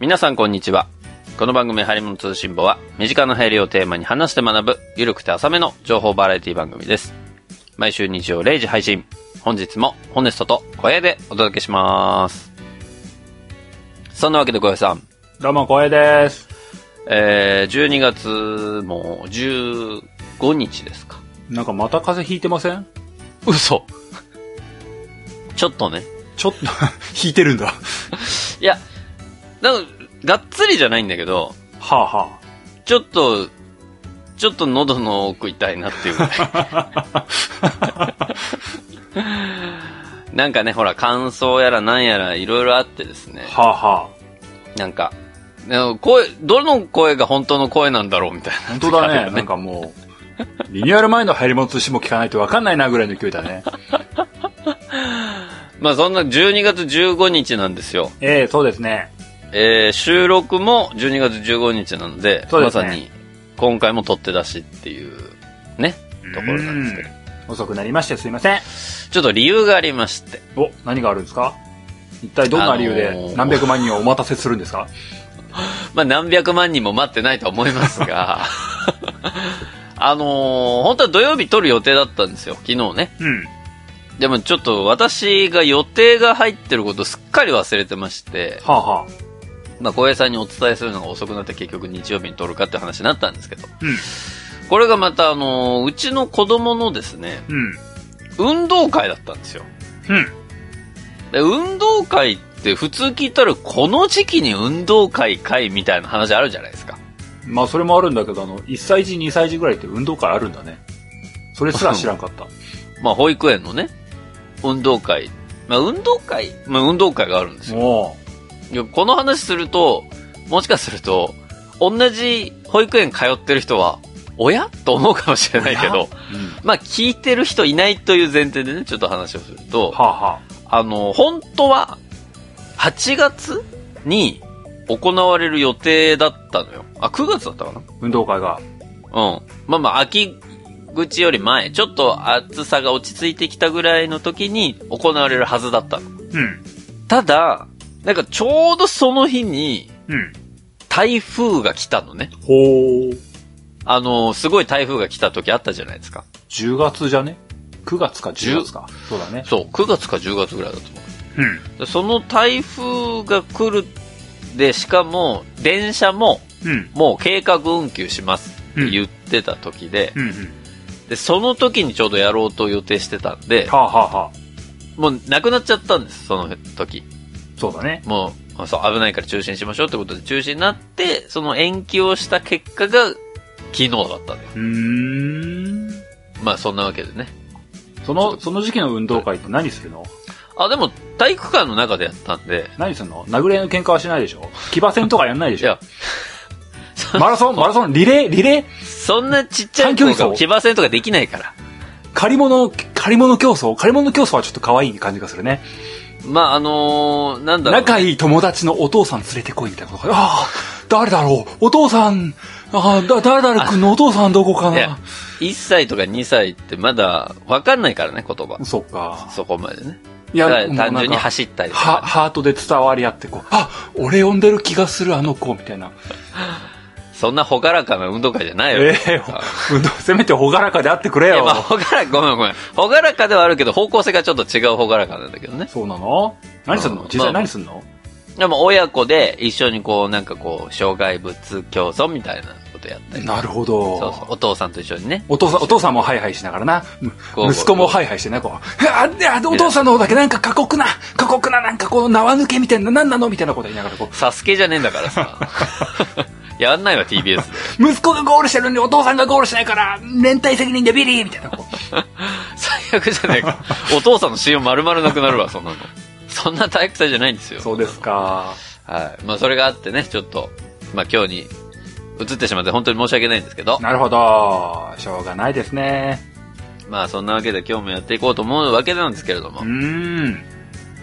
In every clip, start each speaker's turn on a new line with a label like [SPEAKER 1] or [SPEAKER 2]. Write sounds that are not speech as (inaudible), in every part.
[SPEAKER 1] 皆さんこんにちは。この番組、ハリモの通信簿は、身近な流行りをテーマに話して学ぶ、ゆるくて浅めの情報バラエティ番組です。毎週日曜0時配信。本日も、ホネストと小屋でお届けします。そんなわけで小屋さん、
[SPEAKER 2] どうも、光栄です。
[SPEAKER 1] えー、12月も15日ですか。
[SPEAKER 2] なんかまた風邪ひいてません
[SPEAKER 1] 嘘ちょっとね。
[SPEAKER 2] ちょっと、 (laughs) ひいてるんだ。
[SPEAKER 1] いや、なんか、がっつりじゃないんだけど、
[SPEAKER 2] はあは
[SPEAKER 1] ちょっと、ちょっと喉の奥痛いなっていうぐらい。
[SPEAKER 2] (laughs)
[SPEAKER 1] なんかね、ほら、乾燥やらなんやらいろいろあってですね
[SPEAKER 2] あ。。はあは
[SPEAKER 1] なんか、でも声、どの声が本当の声なんだろうみたい
[SPEAKER 2] あ。本当だ (laughs) ね。なんかもう、リニューアル前の入り物通信も聞かないとわかんないなぐらいの勢いだ (laughs) ね。
[SPEAKER 1] な。まあそんな12月15日なんですよ。
[SPEAKER 2] ええそうですね。
[SPEAKER 1] えー、収録も12月15日なので、
[SPEAKER 2] そう
[SPEAKER 1] ま
[SPEAKER 2] ですね
[SPEAKER 1] さに今回も撮って出しっていうね、ところなんですけど。
[SPEAKER 2] うん遅くなりましてすいません。
[SPEAKER 1] ちょっと理由がありまして。
[SPEAKER 2] お、何があるんですか一体どんな理由
[SPEAKER 1] あの
[SPEAKER 2] で
[SPEAKER 1] ー
[SPEAKER 2] 何百万人をお待たせするんですか、
[SPEAKER 1] まあ、何百万人も待ってないとは思います
[SPEAKER 2] (laughs)
[SPEAKER 1] が、あのー本当は土曜日撮る予定だったんですよ、昨日ね。
[SPEAKER 2] (laughs) うん。
[SPEAKER 1] でもちょっと私が予定が入ってることすっかり忘れてまして、
[SPEAKER 2] はあはあ。
[SPEAKER 1] まあ、小平さんにお伝えするのが遅くなって結局日曜日に撮るかって話になったんですけど、
[SPEAKER 2] うん。
[SPEAKER 1] これがまたあのーうちの子供のですね、
[SPEAKER 2] うん。
[SPEAKER 1] 運動会だったんですよ。
[SPEAKER 2] うん。
[SPEAKER 1] で、運動会って普通聞いたらこの時期に運動会会みたいな話あるじゃないですか。
[SPEAKER 2] まあそれもあるんだけど、あの、1歳児、2歳児ぐらいって運動会あるんだね。 (laughs) それすら知らんかった。
[SPEAKER 1] まあ、保育園のね、運動会。まあ、運動会、まあ、運動会があるんですよ。
[SPEAKER 2] おう
[SPEAKER 1] いやこの話すると、もしかすると、同じ保育園通ってる人は、おやと思うかもしれないけど、
[SPEAKER 2] うん。
[SPEAKER 1] まあ、聞いてる人いないという前提でね、ちょっと話をすると、
[SPEAKER 2] はあは
[SPEAKER 1] あの、本当は、8月に行われる予定だったのよ。あ、9月だったかな
[SPEAKER 2] あ。運動会が。
[SPEAKER 1] うん。まあまあ、秋口より前、ちょっと暑さが落ち着いてきたぐらいの時に行われるはずだったの。
[SPEAKER 2] うん。
[SPEAKER 1] ただ、なんかちょうどその日に
[SPEAKER 2] うん。
[SPEAKER 1] 台風が来たのね。
[SPEAKER 2] ほう。
[SPEAKER 1] あの、すごい台風が来た時あったじゃないですか。
[SPEAKER 2] 10月じゃね ?9 月か
[SPEAKER 1] 10
[SPEAKER 2] 10月か。そうだね。
[SPEAKER 1] そう、9月か10月ぐらいだと思
[SPEAKER 2] うん。
[SPEAKER 1] う。でその台風が来るで、しかも、電車も、
[SPEAKER 2] うん。
[SPEAKER 1] もう計画運休しますって言ってた時で、
[SPEAKER 2] うんうん。
[SPEAKER 1] で、その時にちょうどやろうと予定してたんで、
[SPEAKER 2] はあはあはあ。
[SPEAKER 1] もうなくなっちゃったんです、その時。
[SPEAKER 2] そうだね。
[SPEAKER 1] もう、そう、危ないから中止にしましょうってことで中止になって、その延期をした結果が、昨日だったんだよ。
[SPEAKER 2] うーん。
[SPEAKER 1] まあ、そんなわけでね。
[SPEAKER 2] その、その時期の運動会って何するの
[SPEAKER 1] あ、でも、体育館の中でやったんで、
[SPEAKER 2] 何するの殴り合いの喧嘩はしないでしょ騎馬戦とかやんないで
[SPEAKER 1] い
[SPEAKER 2] しょ
[SPEAKER 1] や、そ
[SPEAKER 2] マラソン、マラソン、リレー、リレー
[SPEAKER 1] そんなちっちゃい
[SPEAKER 2] 短距
[SPEAKER 1] 子
[SPEAKER 2] 離
[SPEAKER 1] が
[SPEAKER 2] 走
[SPEAKER 1] 騎馬戦とかできないから。
[SPEAKER 2] 借り物、借り物競争借り物競争はちょっと可愛い感じがするね。
[SPEAKER 1] まあ、あのー、なんだろう。
[SPEAKER 2] 仲いい友達のお父さん連れてこいみたいなことああ、誰だろうお父さん、ああ、だ、誰々君のお父さんどこか
[SPEAKER 1] いや
[SPEAKER 2] な、
[SPEAKER 1] 1歳とか2歳ってまだわかんないからね、言葉。
[SPEAKER 2] そっか。
[SPEAKER 1] そこまでね。
[SPEAKER 2] い
[SPEAKER 1] だか
[SPEAKER 2] や、
[SPEAKER 1] ら単純に
[SPEAKER 2] は、
[SPEAKER 1] 走ったりとか
[SPEAKER 2] は、ハートで伝わり合ってこう、あ、俺呼んでる気がするあの子、みたいな。
[SPEAKER 1] ね、そんなほがらかな運動会じゃないよ。
[SPEAKER 2] ええ
[SPEAKER 1] あ
[SPEAKER 2] うんせめてほがらかであってくれ
[SPEAKER 1] いや、
[SPEAKER 2] よ
[SPEAKER 1] まあ、。ほがらか、ごめんごめん。ほがらかではあるけど、方向性がちょっと違うほがらかなんだけどね。
[SPEAKER 2] そうなの何すん
[SPEAKER 1] う
[SPEAKER 2] の
[SPEAKER 1] ん
[SPEAKER 2] 実際何すんの、
[SPEAKER 1] でも、親子で一緒にこう、なんかこう、障害物競争みたいなことやったり。
[SPEAKER 2] なるほ
[SPEAKER 1] そ
[SPEAKER 2] ど
[SPEAKER 1] うそう。お父さんと一緒にね。
[SPEAKER 2] お父さん、お父さんもハイハイしながらな。む
[SPEAKER 1] こう
[SPEAKER 2] 息子もハイハイしてな、こう。あ、であでお父さんの方だけなんか過酷な、過酷ななんかこう縄抜けみたいな、なんなのみたいなこと言いながらこう。
[SPEAKER 1] サスケじゃねえんだから (laughs) さ。やんないわ、TBS で。
[SPEAKER 2] 息子がゴールしてるのにお父さんがゴールしないから、連帯責任でビリーみたいな。こう
[SPEAKER 1] 最悪じゃねえか。お父さんの CM 丸々なくなるわ、そんなの。そんな体育祭じゃないんですよ。
[SPEAKER 2] そうですか。
[SPEAKER 1] はい。まあ、それがあってね、ちょっと、まあ、今日に移ってしまって本当に申し訳ないんですけど、
[SPEAKER 2] なるほど。しょうがないですね。
[SPEAKER 1] まあ、そんなわけで今日もやっていこうと思うわけなんですけれども
[SPEAKER 2] う、ーん。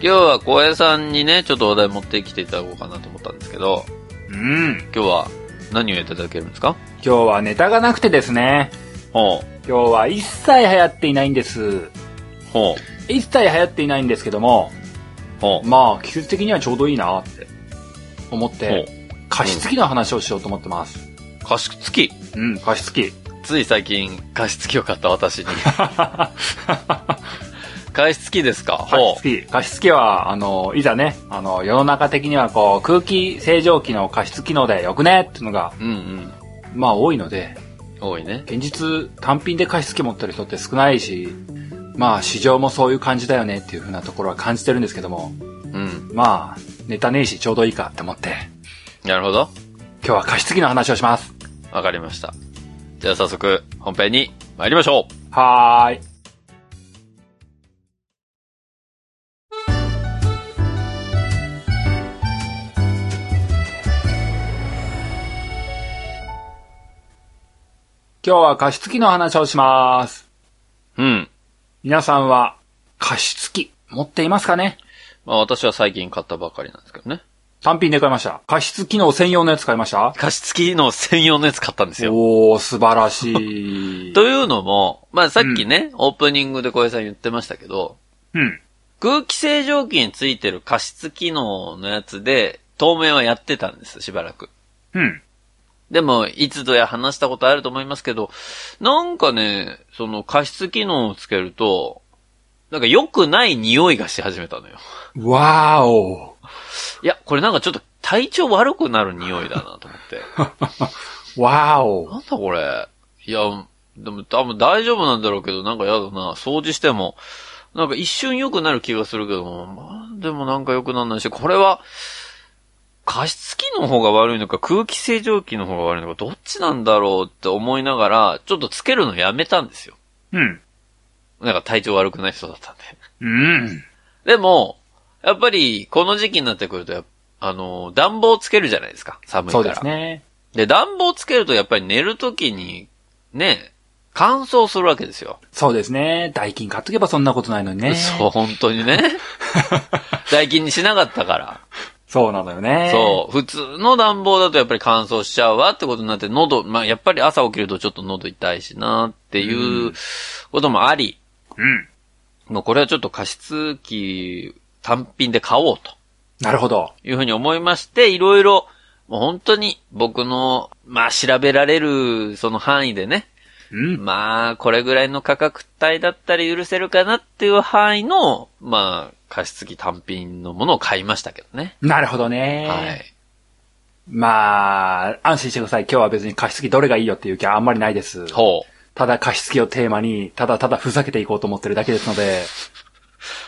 [SPEAKER 1] 今日は小平さんにね、ちょっとお題持ってきていただこうかなと思ったんですけど、
[SPEAKER 2] うん。
[SPEAKER 1] 今日は何をいただけるんですか
[SPEAKER 2] 今日はネタがなくてですね。
[SPEAKER 1] ほ
[SPEAKER 2] 今日は一切流行っていないんです。
[SPEAKER 1] う、ほ
[SPEAKER 2] 一切流行っていないんですけども、
[SPEAKER 1] う、ほう。
[SPEAKER 2] まあ、季節的にはちょうどいいなって。思って、加湿器の話をしようと思ってます。
[SPEAKER 1] お加湿器。
[SPEAKER 2] うん、加湿器。
[SPEAKER 1] つい最近、加湿器を買った私に。加湿器ですか
[SPEAKER 2] 加湿器。加湿器は、あの、いざね、あの、世の中的にはこう、空気清浄機の加湿機能でよくねっていうのが、
[SPEAKER 1] う。うん
[SPEAKER 2] まあ多いので、
[SPEAKER 1] うん。多いね。
[SPEAKER 2] 現実単品で加湿器持ってる人って少ないし、まあ市場もそういう感じだよねっていう風なところは感じてるんですけども、
[SPEAKER 1] うん。
[SPEAKER 2] まあ、ネタねえしちょうどいいかって思って、
[SPEAKER 1] なるほど。
[SPEAKER 2] 今日は加湿器の話をします。
[SPEAKER 1] わかりました。じゃあ早速、本編に参りましょう
[SPEAKER 2] はーい。今日は加湿器の話をします。
[SPEAKER 1] うん。
[SPEAKER 2] 皆さんは加湿器持っていますかね
[SPEAKER 1] まあ私は最近買ったばかりなんですけどね。
[SPEAKER 2] 単品で買いました。加湿機能専用のやつ買いました
[SPEAKER 1] 加湿器の専用のやつ買ったんですよ。
[SPEAKER 2] おー、素晴らしい。
[SPEAKER 1] というのも、まあさっきね、オープニングで小江さん言ってましたけど、
[SPEAKER 2] うん。
[SPEAKER 1] 空気清浄機についてる加湿機能のやつで、当面はやってたんです、しばらく。
[SPEAKER 2] うん。
[SPEAKER 1] でも、いつぞや話したことあると思いますけど、なんかね、その加湿機能をつけると、なんか良くない匂いがし始めたのよ。
[SPEAKER 2] わーお
[SPEAKER 1] いや、これなんかちょっと体調悪くなる匂いだなと思って。
[SPEAKER 2] ー。わーおー。
[SPEAKER 1] なんだこれ。いや、でも多分大丈夫なんだろうけど、なんかやだな。掃除しても、なんか一瞬良くなる気がするけども、まあでもなんか良くならないし、これは、加湿器の方が悪いのか、空気清浄機の方が悪いのか、どっちなんだろうって思いながら、ちょっとつけるのやめたんですよ。
[SPEAKER 2] うん。
[SPEAKER 1] なんか体調悪くない人だったんで。
[SPEAKER 2] うん。
[SPEAKER 1] でも、やっぱり、この時期になってくるとやっぱ、あの、暖房つけるじゃないですか、寒いか
[SPEAKER 2] そ
[SPEAKER 1] ら。
[SPEAKER 2] うですね。
[SPEAKER 1] で、暖房つけるとやっぱり寝るときに、ね、乾燥するわけですよ。
[SPEAKER 2] そうですね。代金買っとけばそんなことないのにね。
[SPEAKER 1] そう、本当にね。最近にしなかったから。
[SPEAKER 2] そうなのよね。
[SPEAKER 1] そう、普通の暖房だとやっぱり乾燥しちゃうわってことになって、喉、まあ、やっぱり朝起きるとちょっと喉痛いしなっていううこともあり、
[SPEAKER 2] う。うん。
[SPEAKER 1] もうこれはちょっと加湿器単品で買おうと
[SPEAKER 2] なるほど。
[SPEAKER 1] いうふうに思いまして、いろいろ、もう本当に僕の、まあ、調べられるその範囲でね、
[SPEAKER 2] うん。
[SPEAKER 1] まあ、これぐらいの価格帯だったら許せるかなっていう範囲の、まあ、加湿器単品のものを買いましたけどね。
[SPEAKER 2] なるほどね。
[SPEAKER 1] はい。
[SPEAKER 2] まあ、安心してください。今日は別に加湿器どれがいいよっていう気はあんまりないです。
[SPEAKER 1] ほう。
[SPEAKER 2] ただ加湿器をテーマに、ただただふざけていこうと思ってるだけですので、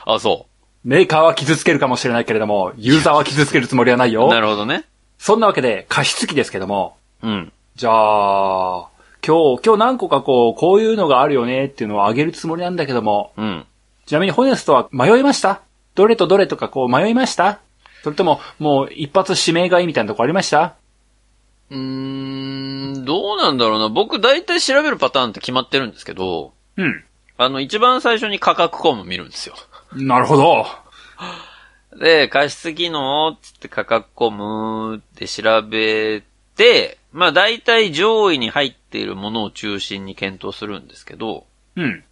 [SPEAKER 1] あ、そ。
[SPEAKER 2] メーカーは傷つけるかもしれないけれども、ユーザーは傷つけるつもりはないう
[SPEAKER 1] な
[SPEAKER 2] よ。
[SPEAKER 1] るほどね。
[SPEAKER 2] そんなわけで、加湿器ですけども、
[SPEAKER 1] うん。
[SPEAKER 2] じゃあ、今日、今日何個かこう、こういうのがあるよねっていうのをあげるつもりなんだけども、
[SPEAKER 1] うん。
[SPEAKER 2] ちなみにホネストは迷いましたどれとどれとかこう迷いましたそれとも、もう一発指名がいいみたいなとこありました
[SPEAKER 1] うーん、どうなんだろうな。僕、大体調べるパターンって決まってるんですけど、
[SPEAKER 2] うん。
[SPEAKER 1] あの、一番最初に価格項目見るんですよ。
[SPEAKER 2] なるほど。
[SPEAKER 1] で、加湿機能、つって価格コムって調べて、まあ大体上位に入っているものを中心に検討するんですけど、
[SPEAKER 2] うん。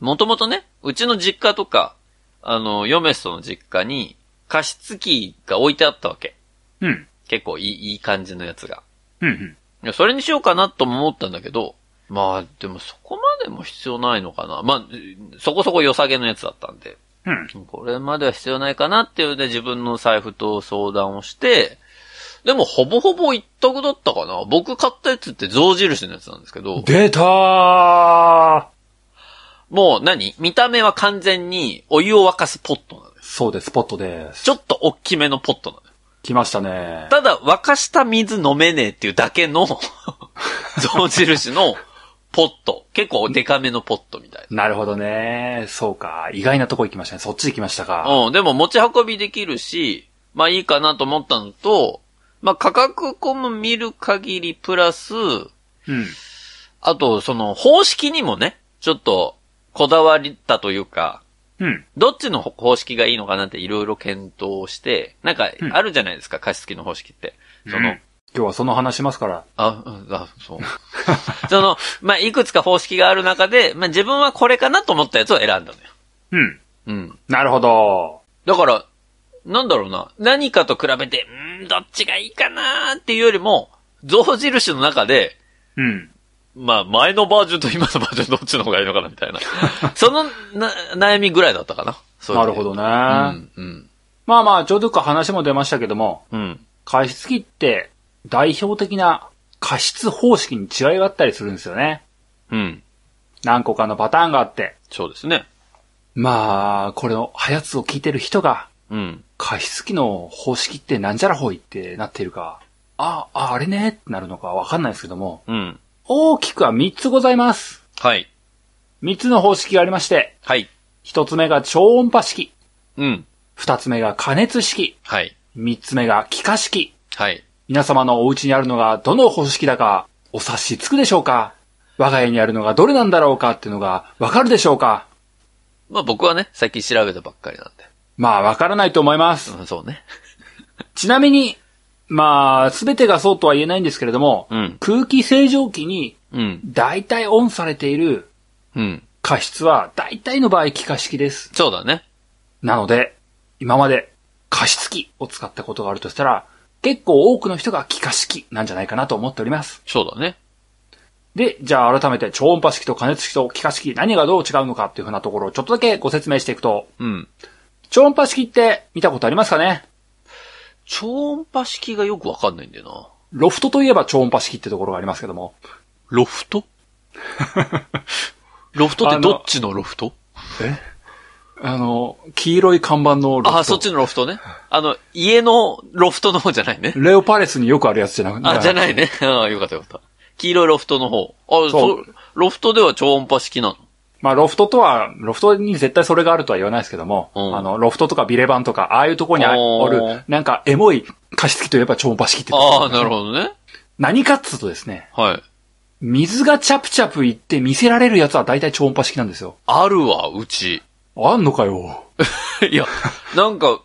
[SPEAKER 1] もともとね、うちの実家とか、あの、ヨメストの実家に加湿器が置いてあったわけ。
[SPEAKER 2] うん。
[SPEAKER 1] 結構いいいい感じのやつが。
[SPEAKER 2] うん。
[SPEAKER 1] いやそれにしようかなとも思ったんだけど、まあでもそこまでも必要ないのかな。まあ、そこそこ良さげのやつだったんで。
[SPEAKER 2] うん。
[SPEAKER 1] これまでは必要ないかなっていうので自分の財布と相談をして、でもほぼほぼ一択だったかな。僕買ったやつって象印のやつなんですけど、
[SPEAKER 2] 出たー
[SPEAKER 1] もう何見た目は完全にお湯を沸かすポットなのよ。
[SPEAKER 2] そうです、ポットです。
[SPEAKER 1] ちょっと大きめのポットなのよ。
[SPEAKER 2] 来ましたね。
[SPEAKER 1] ただ沸かした水飲めねえっていうだけ
[SPEAKER 2] (laughs)
[SPEAKER 1] の象印のポット。結構デカめのポットみたいな。
[SPEAKER 2] なるほどね。そうか。意外なとこ行きましたね。そっち行きましたか。
[SPEAKER 1] うん、でも持ち運びできるし、まあいいかなと思ったのと、まあ価格コム見る限りプラス、
[SPEAKER 2] うん。
[SPEAKER 1] あとその方式にもね、ちょっとこだわったというか、
[SPEAKER 2] うん。
[SPEAKER 1] どっちの方式がいいのかなっていろいろ検討して、なんか
[SPEAKER 2] うん
[SPEAKER 1] あるじゃないですか、加湿器の方式って。その、
[SPEAKER 2] うん今日はその話しますから。
[SPEAKER 1] あ、うんあ、そう。 (laughs) その、まあいくつか方式がある中で、まあ自分はこれかなと思ったやつを選んだのよ。
[SPEAKER 2] うん。
[SPEAKER 1] うん。
[SPEAKER 2] なるほど。
[SPEAKER 1] だから、なんだろうな。何かと比べて、ーん、どっちがいいかなーっていうよりも、象印の中で、
[SPEAKER 2] うん。
[SPEAKER 1] まあ、前のバージョンと今のバージョンどっちの方がいいのかなみたい
[SPEAKER 2] (laughs)
[SPEAKER 1] な。そのな悩みぐらいだったかな。そういう
[SPEAKER 2] なるほどね。
[SPEAKER 1] うん、うん。
[SPEAKER 2] まあまあ、ちょうどか話も出ましたけども、
[SPEAKER 1] うん。
[SPEAKER 2] 加湿器って代表的な加湿方式に違いがあったりするんですよね。
[SPEAKER 1] うん。
[SPEAKER 2] 何個かのパターンがあって。
[SPEAKER 1] そうですね。
[SPEAKER 2] まあ、これのハヤツを聞いてる人が、
[SPEAKER 1] うん。
[SPEAKER 2] 加湿器の方式ってなんじゃらほいってなっているか、あ、あ、あれねってなるのかわかんないですけども、
[SPEAKER 1] うん。
[SPEAKER 2] 大きくは3つございます。
[SPEAKER 1] はい。
[SPEAKER 2] 3つの方式がありまして、
[SPEAKER 1] はい。
[SPEAKER 2] 1つ目が超音波式、
[SPEAKER 1] うん。
[SPEAKER 2] 2つ目が加熱式、
[SPEAKER 1] はい。
[SPEAKER 2] 3つ目が気化式。
[SPEAKER 1] はい。
[SPEAKER 2] 皆様のお家にあるのがどの方式だかお察しつくでしょうか我が家にあるのがどれなんだろうかっていうのがわかるでしょうか
[SPEAKER 1] まあ僕はね、最近調べたばっかりなん
[SPEAKER 2] まあわからないと思います。
[SPEAKER 1] で。うん、そうね。
[SPEAKER 2] ちなみに、まあ、すべてがそうとは言えないんですけれども、
[SPEAKER 1] うん。
[SPEAKER 2] 空気清浄機に
[SPEAKER 1] うん。
[SPEAKER 2] 大体オンされている
[SPEAKER 1] うん。
[SPEAKER 2] 加湿は大体の場合気化式です。
[SPEAKER 1] そうだね。
[SPEAKER 2] なので、今まで加湿器を使ったことがあるとしたら、結構多くの人が気化式なんじゃないかなと思っております。
[SPEAKER 1] そうだね。
[SPEAKER 2] で、じゃあ改めて超音波式と加熱式と気化式何がどう違うのかっていうふうなところをちょっとだけご説明していくと、
[SPEAKER 1] うん。
[SPEAKER 2] 超音波式って見たことありますかね
[SPEAKER 1] 超音波式がよくわかんないんだよな。
[SPEAKER 2] ロフトといえば超音波式ってところがありますけども、
[SPEAKER 1] ロフ
[SPEAKER 2] (laughs)
[SPEAKER 1] トロフトってどっちのロフト
[SPEAKER 2] あの、黄色い看板のロフト。
[SPEAKER 1] ああ、そっちのロフトね。あの、家のロフトの方じゃないね。
[SPEAKER 2] レオパレスによくあるやつじゃなく
[SPEAKER 1] あ、じゃ
[SPEAKER 2] い。
[SPEAKER 1] ないね。 (laughs) ああ、よかったよかった。黄色いロフトの方。あ
[SPEAKER 2] そう
[SPEAKER 1] そロフトでは超音波式な
[SPEAKER 2] まあ、ロフトとは、ロフトに絶対それがあるとは言わないですけども、
[SPEAKER 1] うん
[SPEAKER 2] あの、ロフトとかビレバンとか、ああいうとこにあ
[SPEAKER 1] お
[SPEAKER 2] お
[SPEAKER 1] ー
[SPEAKER 2] る、なんかエモい加湿器といえば超音波式って
[SPEAKER 1] の。ああ、なる
[SPEAKER 2] ど。
[SPEAKER 1] ほどね。
[SPEAKER 2] 何かっつうとですね、
[SPEAKER 1] はい。
[SPEAKER 2] 水がチャプチャプいって見せられるやつは大体超音波式なんですよ。
[SPEAKER 1] あるわ、う
[SPEAKER 2] (laughs)
[SPEAKER 1] ち。
[SPEAKER 2] あんのかよ。
[SPEAKER 1] いや、なんか、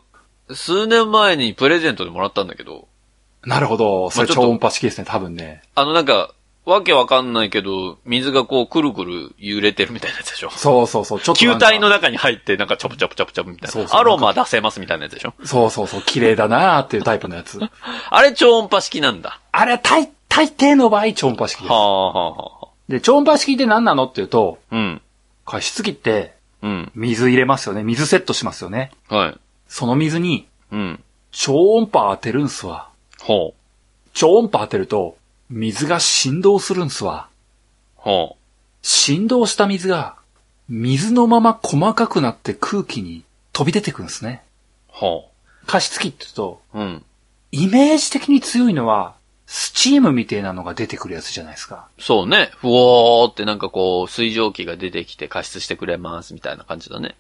[SPEAKER 1] 数年前にプレゼントでもらったんだけど、
[SPEAKER 2] なるほど。それ
[SPEAKER 1] まあちょっと
[SPEAKER 2] 超音波式ですね、多分ね。
[SPEAKER 1] あのなんか、わけわかんないけど、水がこう、くるくる揺れてるみたいなやつでしょ。
[SPEAKER 2] そうそうそう、ちょっと
[SPEAKER 1] 球
[SPEAKER 2] なんか。
[SPEAKER 1] 体の中に入って、なんか、チャプチャプチャプチャプみたいな。
[SPEAKER 2] そうそう
[SPEAKER 1] アロマ出せますみたいなやつでしょ。
[SPEAKER 2] そうそうそう、綺麗だなーっていうタイプのやつ。
[SPEAKER 1] あれ超音波式なんだ。
[SPEAKER 2] あれは大、大抵の場合超音波式で
[SPEAKER 1] はあ、
[SPEAKER 2] す。
[SPEAKER 1] はあ、は
[SPEAKER 2] で、超音波式って何なのっていうと、
[SPEAKER 1] あ。うん。
[SPEAKER 2] 加湿器って
[SPEAKER 1] うん。
[SPEAKER 2] 水入れますよね。水セットしますよね。
[SPEAKER 1] はい。
[SPEAKER 2] その水に
[SPEAKER 1] うん。
[SPEAKER 2] 超音波当てるんすわ。
[SPEAKER 1] ほう。
[SPEAKER 2] 超音波当てると、水が振動するんすわ。
[SPEAKER 1] ほ
[SPEAKER 2] 振動した水が、水のまま細かくなって空気に飛び出てくるんですね。
[SPEAKER 1] う。ほ
[SPEAKER 2] 加湿器って言うと、
[SPEAKER 1] う。うん。
[SPEAKER 2] イメージ的に強いのは、スチームみたいなのが出てくるやつじゃないですか。
[SPEAKER 1] そうね。ふおーってなんかこう、水蒸気が出てきて加湿してくれますみたいな感じだね。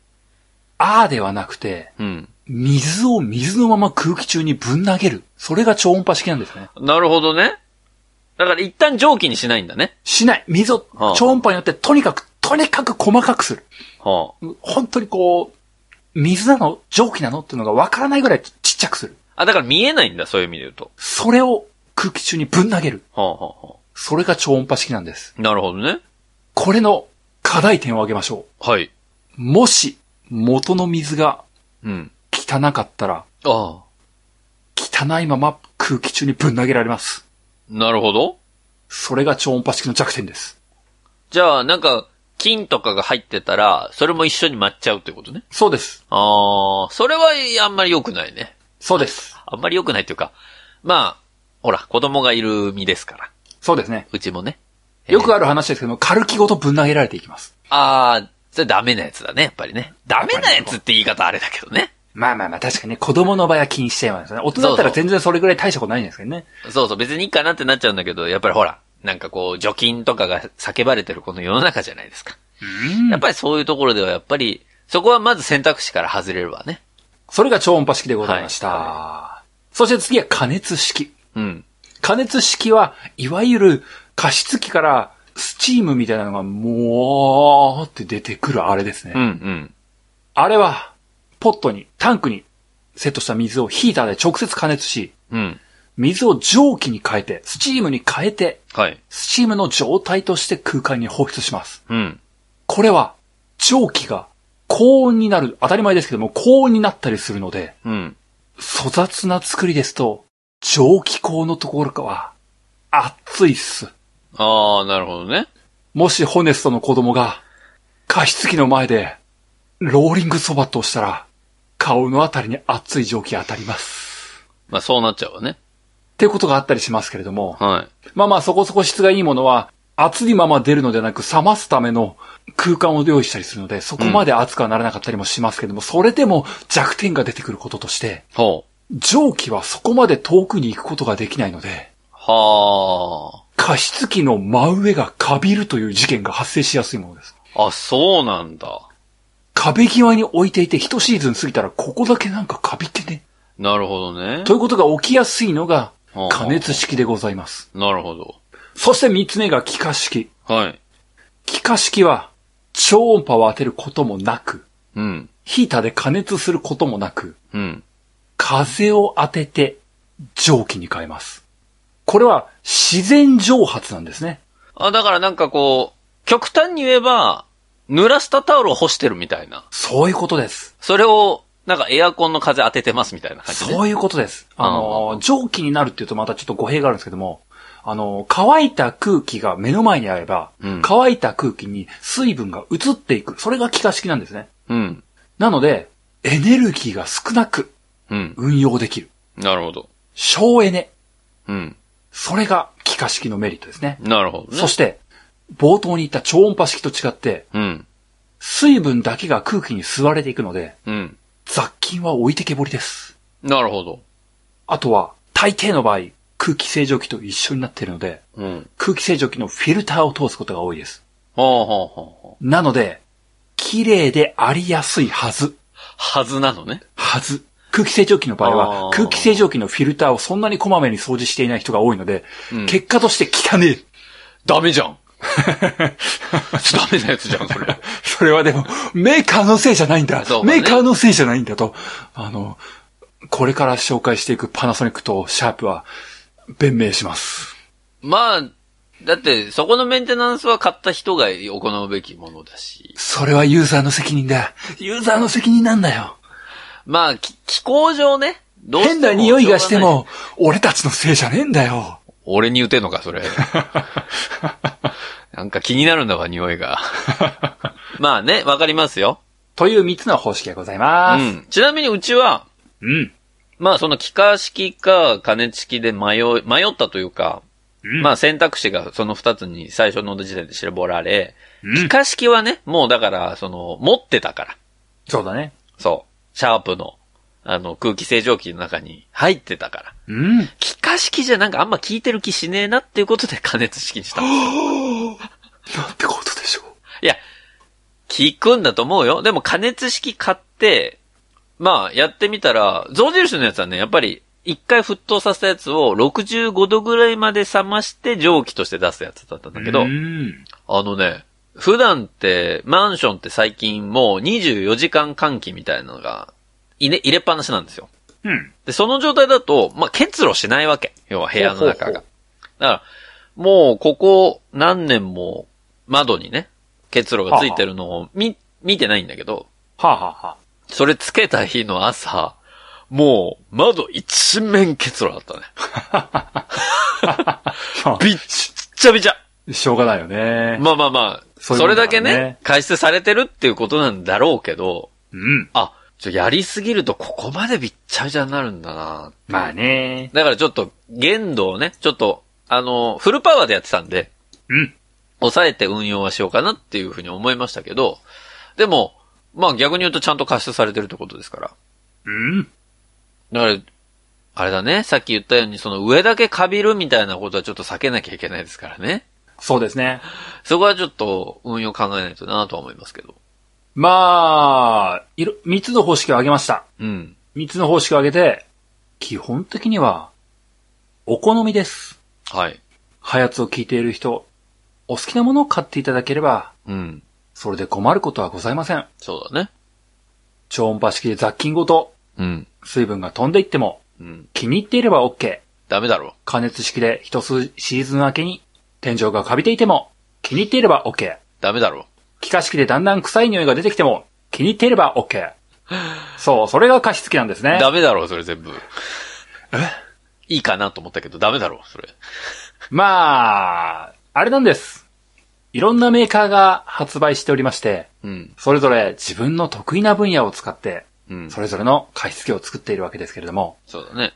[SPEAKER 2] あーではなくて、
[SPEAKER 1] うん。
[SPEAKER 2] 水を水のまま空気中にぶん投げる。それが超音波式なんですね。
[SPEAKER 1] なるほどね。だから一旦蒸気にしないんだね。
[SPEAKER 2] しない。水を
[SPEAKER 1] はあ
[SPEAKER 2] 超音波によってとにかく、とにかく細かくする。
[SPEAKER 1] はあ。
[SPEAKER 2] 本当にこう、水なの蒸気なのっていうのがわからないぐらいちちっちゃくする。
[SPEAKER 1] あ、だから見えないんだ、そういう意味で言うと。
[SPEAKER 2] それを空気中にぶん投げる。
[SPEAKER 1] はあ、はあ、は
[SPEAKER 2] それが超音波式なんです。
[SPEAKER 1] あ。なるほどね。
[SPEAKER 2] これの課題点を挙げましょ
[SPEAKER 1] はい。
[SPEAKER 2] う。もし、元の水が
[SPEAKER 1] うん。
[SPEAKER 2] 汚かったら、
[SPEAKER 1] ああ。
[SPEAKER 2] 汚いまま空気中にぶん投げられます。
[SPEAKER 1] なるほど。
[SPEAKER 2] それが超音波式の弱点です。
[SPEAKER 1] じゃあ、なんか、金とかが入ってたら、それも一緒に舞っちゃうってことね。
[SPEAKER 2] そうです。
[SPEAKER 1] ああ、それはあんまり良くないね。
[SPEAKER 2] そうです。
[SPEAKER 1] あんまり良くないというか、まあ、ほら、子供がいる身ですから。
[SPEAKER 2] そうですね。
[SPEAKER 1] うちもね。
[SPEAKER 2] よく
[SPEAKER 1] あ
[SPEAKER 2] ある話ですけども、カルキごとぶん投げられていきます。
[SPEAKER 1] あー、それダメなやつだね、やっぱりね。ダメなやつって言い方あれだけどね。
[SPEAKER 2] まあまあまあ、確かにね、子供の場合は気にしてますよね。大人だったら全然それぐらい大したことないんですけどね。
[SPEAKER 1] そうそう、別にいいかなってなっちゃうんだけど、やっぱりほら、なんかこう、除菌とかが叫ばれてるこの世の中じゃないですか。やっぱりそういうところではやっぱり、そこはまず選択肢から外れるわね。
[SPEAKER 2] それが超音波式でございました。
[SPEAKER 1] はい
[SPEAKER 2] そして次は加熱式。
[SPEAKER 1] うん。
[SPEAKER 2] 加熱式は、いわゆる加湿器からスチームみたいなのがもーって出てくるあれですね。
[SPEAKER 1] うんうん。
[SPEAKER 2] あれは、ポットに、タンクにセットした水をヒーターで直接加熱し、
[SPEAKER 1] うん。
[SPEAKER 2] 水を蒸気に変えて、スチームに変えて、
[SPEAKER 1] はい。
[SPEAKER 2] スチームの状態として空間に放出します。
[SPEAKER 1] うん。
[SPEAKER 2] これは、蒸気が高温になる、当たり前ですけども、高温になったりするので、
[SPEAKER 1] うん。
[SPEAKER 2] 粗雑な作りですと、蒸気口のところかは、暑いっす。
[SPEAKER 1] ああ、なるほどね。
[SPEAKER 2] もしホネストの子供が、加湿器の前で、ローリングそばとしたら、顔のあたりに熱い蒸気が当たります。
[SPEAKER 1] まあそうなっちゃうわね。
[SPEAKER 2] ってことがあったりしますけれども、
[SPEAKER 1] は
[SPEAKER 2] まあまあそこそこ質がいいものは、熱いまま出るのではなく冷ますための空間を用意したりするので、そこまで熱くはならなかったりもしますけれども、それでも弱点が出てくることとして、
[SPEAKER 1] い。ほう。
[SPEAKER 2] 蒸気はそこまで遠くに行くことができないので、
[SPEAKER 1] は
[SPEAKER 2] 加湿器の真上がカビるという事件が発生しやすいものです。
[SPEAKER 1] あ。あ、そうなんだ。
[SPEAKER 2] 壁際に置いていて一シーズン過ぎたらここだけなんかカビってね。
[SPEAKER 1] なるほどね。
[SPEAKER 2] ということが起きやすいのが
[SPEAKER 1] はあ
[SPEAKER 2] 加熱式でございます。
[SPEAKER 1] なるほど。
[SPEAKER 2] そして三つ目が気化式。
[SPEAKER 1] はい。
[SPEAKER 2] 気化式は超音波を当てることもなく、
[SPEAKER 1] うん。
[SPEAKER 2] ヒーターで加熱することもなく、
[SPEAKER 1] うん。
[SPEAKER 2] 風を当てて蒸気に変えます。これは自然蒸発なんですね。
[SPEAKER 1] あ、だからなんかこう、極端に言えば、濡らしたタオルを干してるみたいな。
[SPEAKER 2] そういうことです。
[SPEAKER 1] それを、なんかエアコンの風当ててますみたいな感じね。
[SPEAKER 2] そういうことです。あの、蒸気になるっていうとまたちょっと語弊があるんですけども、あの、乾いた空気が目の前にあれば、
[SPEAKER 1] うん
[SPEAKER 2] 乾いた空気に水分が移っていく。それが気化式なんですね。
[SPEAKER 1] うん。
[SPEAKER 2] なので、エネルギーが少なく
[SPEAKER 1] うん。
[SPEAKER 2] 運用できる。
[SPEAKER 1] なるほど。
[SPEAKER 2] 省エネ。
[SPEAKER 1] うん。
[SPEAKER 2] それが気化式のメリットですね。
[SPEAKER 1] なるほどね。
[SPEAKER 2] そして、冒頭に言った超音波式と違って、
[SPEAKER 1] うん。
[SPEAKER 2] 水分だけが空気に吸われていくので、
[SPEAKER 1] うん。
[SPEAKER 2] 雑菌は置いてけぼりです。
[SPEAKER 1] なるほど。
[SPEAKER 2] あとは、大抵の場合、空気清浄機と一緒になっているので、
[SPEAKER 1] うん。
[SPEAKER 2] 空気清浄機のフィルターを通すことが多いです。
[SPEAKER 1] ほうほうほうほ
[SPEAKER 2] なので、綺麗でありやすいはず。
[SPEAKER 1] う。はずなのね。
[SPEAKER 2] はず。空気清浄機の場合
[SPEAKER 1] あ
[SPEAKER 2] は、
[SPEAKER 1] ー
[SPEAKER 2] 空気清浄機のフィルターをそんなにこまめに掃除していない人が多いので、
[SPEAKER 1] うん
[SPEAKER 2] 結果として汚ねえ。 (laughs)
[SPEAKER 1] ダメじゃん。ダメなやつじゃん、それ。
[SPEAKER 2] それはでも、メーカーのせいじゃないんだ。
[SPEAKER 1] そうだね
[SPEAKER 2] メーカーのせいじゃないんだと。あの、これから紹介していくパナソニックとシャープは、弁明します。
[SPEAKER 1] (laughs) まあ、だって、そこのメンテナンスは買った人が行うべきものだし。
[SPEAKER 2] それはユーザーの責任だ。ユーザーの責任なんだよ。
[SPEAKER 1] まあ、き気候上ね。どうして
[SPEAKER 2] 変
[SPEAKER 1] も
[SPEAKER 2] な匂いがして
[SPEAKER 1] ょうがない。
[SPEAKER 2] も、俺たちのせいじゃねえんだよ。
[SPEAKER 1] 俺に言うてんのか、そ (laughs) れ。なんか気になるんだわ、匂い (laughs) が。まあね、わかりますよ。
[SPEAKER 2] という三つの方式がございうま
[SPEAKER 1] ん。ちなみにうちは、
[SPEAKER 2] す。うん。
[SPEAKER 1] まあその気化式か加熱式で迷い、迷ったというか、まあ選択肢がその二つに最初の時点で絞られ、
[SPEAKER 2] うん
[SPEAKER 1] 気化式はね、もうだから、その、持ってたから。
[SPEAKER 2] そうだね。
[SPEAKER 1] そう。シャープの、あの、空気清浄機の中に入ってたから。
[SPEAKER 2] うん。
[SPEAKER 1] 気化式じゃなんかあんま効いてる気しねえなっていうことで加熱式にした。い
[SPEAKER 2] なんてことでしょう。
[SPEAKER 1] や、効くんだと思うよ。でも加熱式買って、まあやってみたら、象印のやつはね、やっぱり一回沸騰させたやつを65度ぐらいまで冷まして蒸気として出すやつだったんだけど、
[SPEAKER 2] うん。
[SPEAKER 1] あのね、普段って、マンションって最近もう24時間換気みたいなのが、入れ、入れっぱなしなんですよ。
[SPEAKER 2] うん。
[SPEAKER 1] で、その状態だと、まあ、結露しないわけ。要は部屋の中が。
[SPEAKER 2] ほうほうほう
[SPEAKER 1] だから、もう、ここ何年も、窓にね、結露がついてるのを見、見てないんだけど、
[SPEAKER 2] はあ、はあはあ、
[SPEAKER 1] それつけた日の朝、もう、窓一面結露だ
[SPEAKER 2] (laughs)
[SPEAKER 1] ったね。 (laughs)
[SPEAKER 2] ま
[SPEAKER 1] びっちゃびちゃ。
[SPEAKER 2] あしょうがないよね。
[SPEAKER 1] まあまあまあ、
[SPEAKER 2] そういう
[SPEAKER 1] そ
[SPEAKER 2] も
[SPEAKER 1] れ
[SPEAKER 2] んだ
[SPEAKER 1] だ
[SPEAKER 2] か
[SPEAKER 1] け
[SPEAKER 2] らね
[SPEAKER 1] ね、改正されてるっていうことなんだろうけど、
[SPEAKER 2] うん。
[SPEAKER 1] あ、ちょ、やりすぎるとここまでびっちゃびちゃになるんだな
[SPEAKER 2] まあね。
[SPEAKER 1] だからちょっと、限度をね、ちょっと、あの、フルパワーでやってたんで、
[SPEAKER 2] うん。
[SPEAKER 1] 抑えて運用はしようかなっていうふうに思いましたけど、でも、まあ逆に言うとちゃんと加湿されてるってことですから。
[SPEAKER 2] うん。
[SPEAKER 1] だから、あれだね、さっき言ったように、その上だけカビるみたいなことはちょっと避けなきゃいけないですからね。
[SPEAKER 2] そうですね。
[SPEAKER 1] そこはちょっと運用考えないとなとは思いますけど。
[SPEAKER 2] まあ、いろ、三つの方式を挙げました。
[SPEAKER 1] うん。
[SPEAKER 2] 三つの方式を挙げて、基本的には、お好みです。
[SPEAKER 1] はい。
[SPEAKER 2] ハヤツを聞いている人、お好きなものを買っていただければ、
[SPEAKER 1] うん。
[SPEAKER 2] それで困ることはございません。
[SPEAKER 1] そうだね。
[SPEAKER 2] 超音波式で雑菌ごと、
[SPEAKER 1] うん。
[SPEAKER 2] 水分が飛んでいっても、
[SPEAKER 1] うん。
[SPEAKER 2] 気に入っていれば OK。
[SPEAKER 1] ダメだろ
[SPEAKER 2] 加熱式で一つシーズン明けに、天井がカビていても、気に入っていれば OK。
[SPEAKER 1] う。ダメだろ
[SPEAKER 2] 気化式でだんだん臭い匂いが出てきても、気に入っていれば OK。そう、それが加湿器なんです
[SPEAKER 1] う。
[SPEAKER 2] ね。
[SPEAKER 1] ダメだろう、それ全部。いいかなと思ったけど、ダメだろ、それ。
[SPEAKER 2] まあ、あれなんです。いろんなメーカーが発売しておりまして、
[SPEAKER 1] うん。
[SPEAKER 2] それぞれ自分の得意な分野を使って、
[SPEAKER 1] うん。
[SPEAKER 2] それぞれの加湿器を作っているわけですけれども、
[SPEAKER 1] そうだね。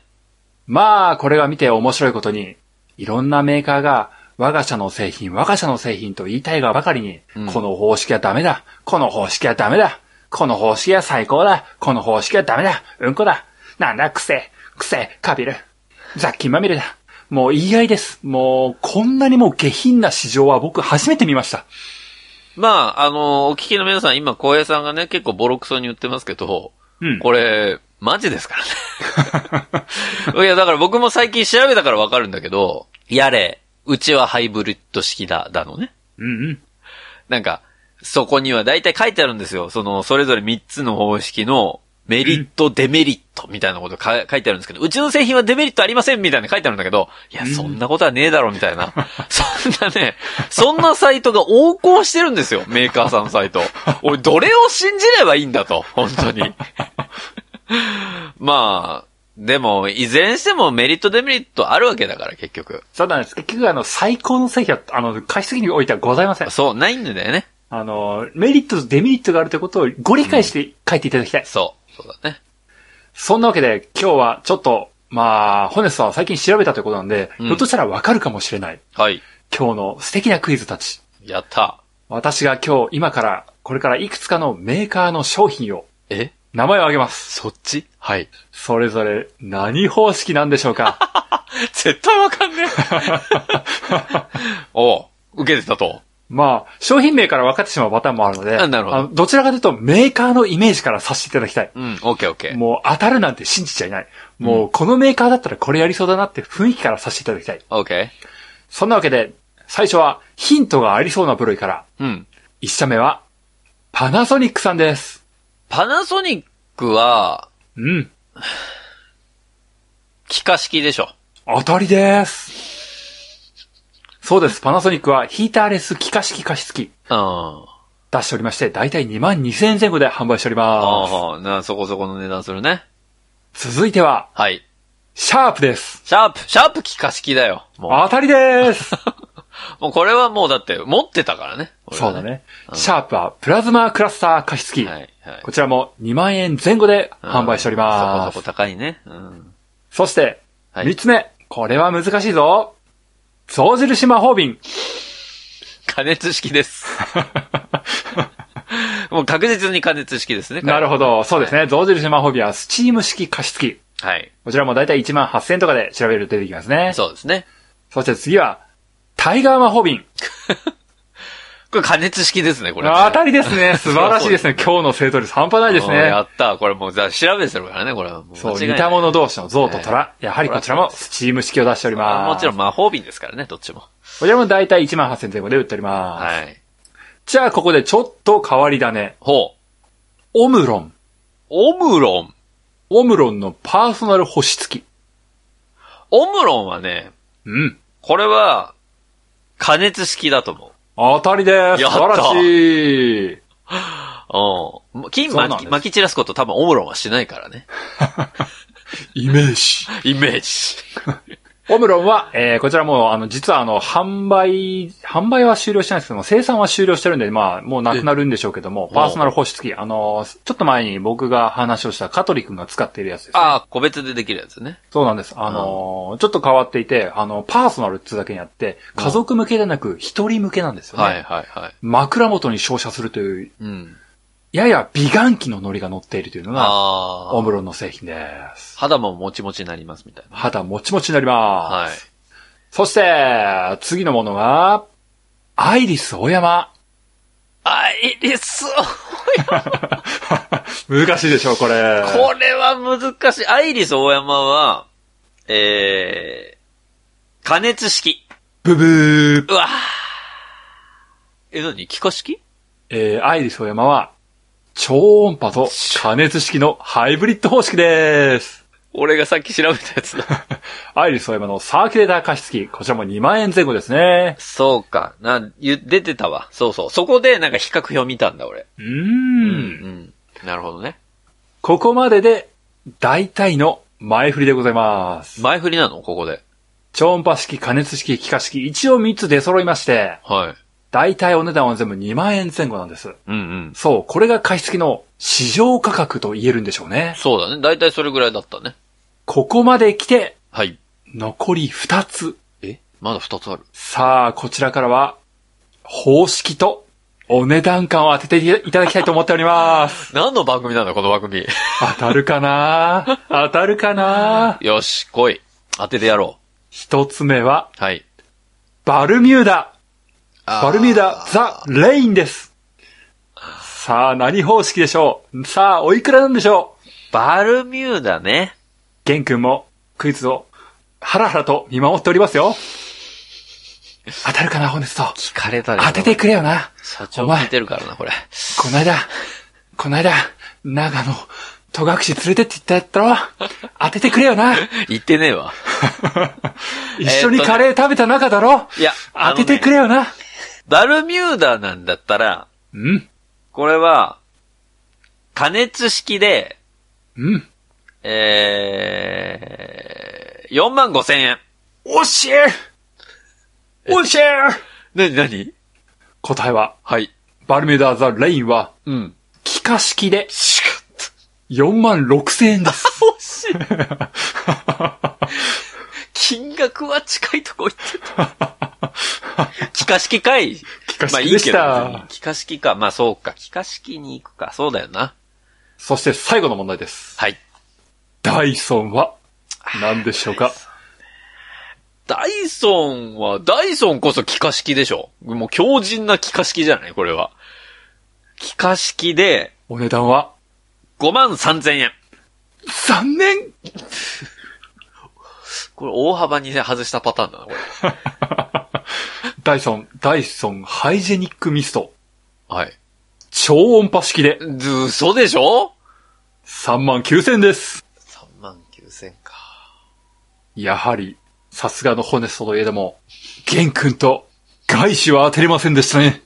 [SPEAKER 2] まあ、これが見て面白いことに、いろんなメーカーが、我が社の製品、我が社の製品と言いたいがばかりに、
[SPEAKER 1] うん
[SPEAKER 2] この方式はダメだ、この方式はダメだ、この方式は最高だ、この方式はダメだ、うんこだ、なんだ、くせ、くせ、かびる、雑菌まみれだ。もう言い合いです。もう、こんなにもう下品な市場は僕初めて見ました。
[SPEAKER 1] まあ、あの、お聞きの皆さん、今、浩平さんがね、結構ボロクソに言ってますけど、
[SPEAKER 2] うん。
[SPEAKER 1] これ、マジですからね。いや、 (laughs) だから僕も最近調べたからわかるんだけど、やれ、うちはハイブリッド式だ、だのね。
[SPEAKER 2] うんうん。
[SPEAKER 1] なんか、そこには大体書いてあるんですよ。その、それぞれ3つの方式のメリット、デメリットみたいなことか書いてあるんですけど、うちの製品はデメリットありませんみたいな書いてあるんだけど、いや、
[SPEAKER 2] うん
[SPEAKER 1] そんなことはねえだろみたいな。そんなね、そんなサイトが横行してるんですよ。メーカーさんのサイト。俺、どれを信じればいいんだと、本当に。 (laughs) まあ、でも、いずれにしてもメリット、デメリットあるわけだから、結局。
[SPEAKER 2] そうなんです。結局あの、最高の製品は、あの、加湿器においてはございません。
[SPEAKER 1] そう、ないんだよね。
[SPEAKER 2] あの、メリットとデメリットがあるということをご理解して書いていただきたい。
[SPEAKER 1] そう、そうだね。
[SPEAKER 2] そんなわけで、今日はちょっと、まあ、ホネスさんは最近調べたということなんで、
[SPEAKER 1] うん
[SPEAKER 2] ひょっとしたらわかるかもしれない。
[SPEAKER 1] はい。
[SPEAKER 2] 今日の素敵なクイズたち。
[SPEAKER 1] やった。
[SPEAKER 2] 私が今日、今から、これからいくつかのメーカーの商品を、
[SPEAKER 1] え
[SPEAKER 2] 名前を挙げます。
[SPEAKER 1] そっち
[SPEAKER 2] (laughs)
[SPEAKER 1] はい。
[SPEAKER 2] それぞれ何方式なんでしょ
[SPEAKER 1] (laughs)
[SPEAKER 2] うか
[SPEAKER 1] 絶対わかんねえ。 (laughs) おう受けてたと。
[SPEAKER 2] まあ、商品名から分かってしまうパターンもあるので、
[SPEAKER 1] あなるほど
[SPEAKER 2] あのどちらかというとメーカーのイメージからさせていただきたい。
[SPEAKER 1] うん、オッケーオッケー。
[SPEAKER 2] もう当たるなんて信じちゃいない。もうこのメーカーだったらこれやりそうだなって雰囲気からさせていただきたい。
[SPEAKER 1] オッケ
[SPEAKER 2] そんなわけで、最初はヒントがありそうな部類から、
[SPEAKER 1] ー。うん。
[SPEAKER 2] 一社目は、パナソニックさんです。
[SPEAKER 1] パナソニックは、
[SPEAKER 2] うん。
[SPEAKER 1] 気化式でしょ。
[SPEAKER 2] 当たりです。そうです。パナソニックはヒーターレス気化式加湿器
[SPEAKER 1] うん。あ
[SPEAKER 2] 出しておりまして、だいたい2万2000円前後で販売しておりま
[SPEAKER 1] あ、な、そこそこの値段するね。
[SPEAKER 2] す。続いては、
[SPEAKER 1] はい。
[SPEAKER 2] シャープです。
[SPEAKER 1] シャープ、シャープ気化式だよ。も
[SPEAKER 2] 当た
[SPEAKER 1] (laughs)
[SPEAKER 2] りです。
[SPEAKER 1] う、もうこれはもうだって、持ってたからね。俺
[SPEAKER 2] そ
[SPEAKER 1] は
[SPEAKER 2] うだ。ね。シャープはプラズマクラスター加湿器。
[SPEAKER 1] はい、はい。
[SPEAKER 2] こちらも2万円前後で販売しており
[SPEAKER 1] うん
[SPEAKER 2] ま
[SPEAKER 1] そこそ
[SPEAKER 2] す。
[SPEAKER 1] こ高いね。うん。
[SPEAKER 2] そして、
[SPEAKER 1] は
[SPEAKER 2] 3
[SPEAKER 1] い。
[SPEAKER 2] つ目。これは難しいぞ。象印魔
[SPEAKER 1] (laughs)
[SPEAKER 2] 法瓶。
[SPEAKER 1] 加熱式です。 (laughs) もう確実に加熱式ですね。
[SPEAKER 2] なるほど。そうですね。象印魔法瓶はスチーム式加湿器。
[SPEAKER 1] はい。
[SPEAKER 2] こちらもだいたい1万8000円とかで調べると出てきますね。そ
[SPEAKER 1] そうですね。
[SPEAKER 2] して次は、タイガー魔法瓶。
[SPEAKER 1] これ加熱式ですね、これ。
[SPEAKER 2] 当たりです
[SPEAKER 1] (laughs)
[SPEAKER 2] ね。素晴らしいですね。
[SPEAKER 1] そう
[SPEAKER 2] 今日の生徒率半端ないです
[SPEAKER 1] あーやっ
[SPEAKER 2] ね。
[SPEAKER 1] た。これもう、じゃあ調べてるからね、これは。も
[SPEAKER 2] そう、
[SPEAKER 1] 間違い
[SPEAKER 2] 似
[SPEAKER 1] ない
[SPEAKER 2] た者同士の象と虎。やはりこちらもスチーム式を出しております。
[SPEAKER 1] もちろん。魔法瓶ですからね、どっちも。
[SPEAKER 2] こちらもだいたい1万8000円前後で売っております。
[SPEAKER 1] はい。
[SPEAKER 2] じゃあここでちょっと変わり種、
[SPEAKER 1] ほう。
[SPEAKER 2] オムロン。
[SPEAKER 1] オムロン。
[SPEAKER 2] オムロンのパーソナル保湿器。
[SPEAKER 1] オムロンはね、
[SPEAKER 2] うん。
[SPEAKER 1] これは、加熱式だと思う。
[SPEAKER 2] 当たりです。
[SPEAKER 1] や
[SPEAKER 2] 素
[SPEAKER 1] った
[SPEAKER 2] 晴らし
[SPEAKER 1] う
[SPEAKER 2] い。
[SPEAKER 1] ん。金
[SPEAKER 2] そうな
[SPEAKER 1] 巻
[SPEAKER 2] ん
[SPEAKER 1] き
[SPEAKER 2] です
[SPEAKER 1] 巻き散らすこと多分オムロンはしないからね。 (laughs)
[SPEAKER 2] イメージ。
[SPEAKER 1] イメー
[SPEAKER 2] オムロンは、えー、こちらもう、あの、実はあの、販売、販売は終了してないですけども、生産は終了してるんで、まあ、もうなくなるんでしょうけども、
[SPEAKER 1] え
[SPEAKER 2] パーソナル保湿器、あの、ちょっと前に僕が話をした香取君が使っているやつで
[SPEAKER 1] ジ。
[SPEAKER 2] す、ね。
[SPEAKER 1] ああ、個別でできるやつね。
[SPEAKER 2] そうなんです。あの、ちょっと変わっていて、あの、パーソナルってだけにあって、家族向けじゃなく、一人向けなんですよね。
[SPEAKER 1] はいはいはい。
[SPEAKER 2] 枕元に照射するという、
[SPEAKER 1] うん。
[SPEAKER 2] やや美顔器のノリが乗っているというのが、
[SPEAKER 1] あ
[SPEAKER 2] オ
[SPEAKER 1] あ。
[SPEAKER 2] ムロンの製品です。
[SPEAKER 1] 肌ももちもちになりますみたいな。
[SPEAKER 2] 肌もちもちになります。
[SPEAKER 1] はい。
[SPEAKER 2] そして、次のものが、アイリス大山。
[SPEAKER 1] アイリス
[SPEAKER 2] 難しいでしょう、これ。
[SPEAKER 1] これは難しい。アイリス大山は、えー、加熱式。
[SPEAKER 2] ブブー。
[SPEAKER 1] うわぁえ、なに気化式
[SPEAKER 2] えー、アイリス大山は、超音波と加熱式のハイブリッド方式です。
[SPEAKER 1] 俺がさっき調べたやつだ。
[SPEAKER 2] アイリス大山のサーキュレーター加湿器、こちらも2万円前後ですね。
[SPEAKER 1] そうか。な、ゆ出てたわ。そうそう。そこでなんか比較表見たんだ、俺。
[SPEAKER 2] うー。
[SPEAKER 1] うんうん。なるほどね。
[SPEAKER 2] ここまでで、大体の前振りでございます。
[SPEAKER 1] 前振りなのここで。
[SPEAKER 2] 超音波式、加熱式、気化式、一応3つ出揃いまして、
[SPEAKER 1] はい。
[SPEAKER 2] 大体お値段は全部2万円前後なんです。
[SPEAKER 1] うんうん。
[SPEAKER 2] そう、これが貸し付きの市場価格と言えるんでしょうね。
[SPEAKER 1] そうだね。だいたいそれぐらいだったね。
[SPEAKER 2] ここまで来て、
[SPEAKER 1] はい。
[SPEAKER 2] 残り2つ。
[SPEAKER 1] えまだ二つある。
[SPEAKER 2] さあ、こちらからは、方式とお値段感を当てていただきたいと思ってお
[SPEAKER 1] (laughs)
[SPEAKER 2] ります。
[SPEAKER 1] 何の番組なんだ、この番組。 (laughs)
[SPEAKER 2] 当たるかな当たるかな
[SPEAKER 1] よし、来い。当ててやろ
[SPEAKER 2] 一つ目は、
[SPEAKER 1] う。はい。
[SPEAKER 2] バルミューダ。バ
[SPEAKER 1] バ
[SPEAKER 2] ルミューダ、ザ・レインです。さあ、何方式でしょうさあ、おいくらなんでしょう
[SPEAKER 1] バルミューダね。
[SPEAKER 2] 玄君もクイズをハラハラと見守っておりますよ。当たるかな、ホネスト。
[SPEAKER 1] 聞かれたら
[SPEAKER 2] 当ててくれよな。
[SPEAKER 1] 社長
[SPEAKER 2] お前
[SPEAKER 1] 聞いてるからな、これ。
[SPEAKER 2] こないだ、こないだ、長野、戸隠連れてって言ったやったろ当ててくれよ (laughs) な。
[SPEAKER 1] 言ってねえわ。
[SPEAKER 2] 一緒にカレー食べた中だろ
[SPEAKER 1] いや、
[SPEAKER 2] 当ててく
[SPEAKER 1] れ。
[SPEAKER 2] れよな。
[SPEAKER 1] バルミューダなんだったら、
[SPEAKER 2] うん、
[SPEAKER 1] これは、加熱式で、
[SPEAKER 2] うん。
[SPEAKER 1] えー、4万5千円。
[SPEAKER 2] 惜しい惜しい
[SPEAKER 1] なになに
[SPEAKER 2] 答えは、
[SPEAKER 1] はい。
[SPEAKER 2] バルミューダーザ・レインは、
[SPEAKER 1] うん。
[SPEAKER 2] 気化式で
[SPEAKER 1] しかった。
[SPEAKER 2] 4万6千円です。 (laughs)
[SPEAKER 1] 惜しい。金額は近いとこ行ってた。気化式か (laughs) い
[SPEAKER 2] 気化
[SPEAKER 1] まあ
[SPEAKER 2] 式
[SPEAKER 1] いい
[SPEAKER 2] でし
[SPEAKER 1] け
[SPEAKER 2] た。
[SPEAKER 1] ど、気化式か。まあそうか。気化式に行くか。そうだよな。
[SPEAKER 2] (laughs) そして最後の問題です。
[SPEAKER 1] はい。
[SPEAKER 2] ダイソンは何でしょうか
[SPEAKER 1] ダイソンは、ダイソンこそ気化式でしょもう強靭な気化式じゃないこれは。気化式で
[SPEAKER 2] お値段は
[SPEAKER 1] 5万3千円。
[SPEAKER 2] 残念
[SPEAKER 1] これ大幅にね外したパターンだな、これ。
[SPEAKER 2] ダイソン、ダイソンハイジェニックミスト。
[SPEAKER 1] はい。
[SPEAKER 2] 超音波式で
[SPEAKER 1] ず嘘でしょ
[SPEAKER 2] 3万9000円です。
[SPEAKER 1] ?3 万9千か。
[SPEAKER 2] やはり、さすがのホネストといえども、ゲン君と外資は当てれませんでしたね。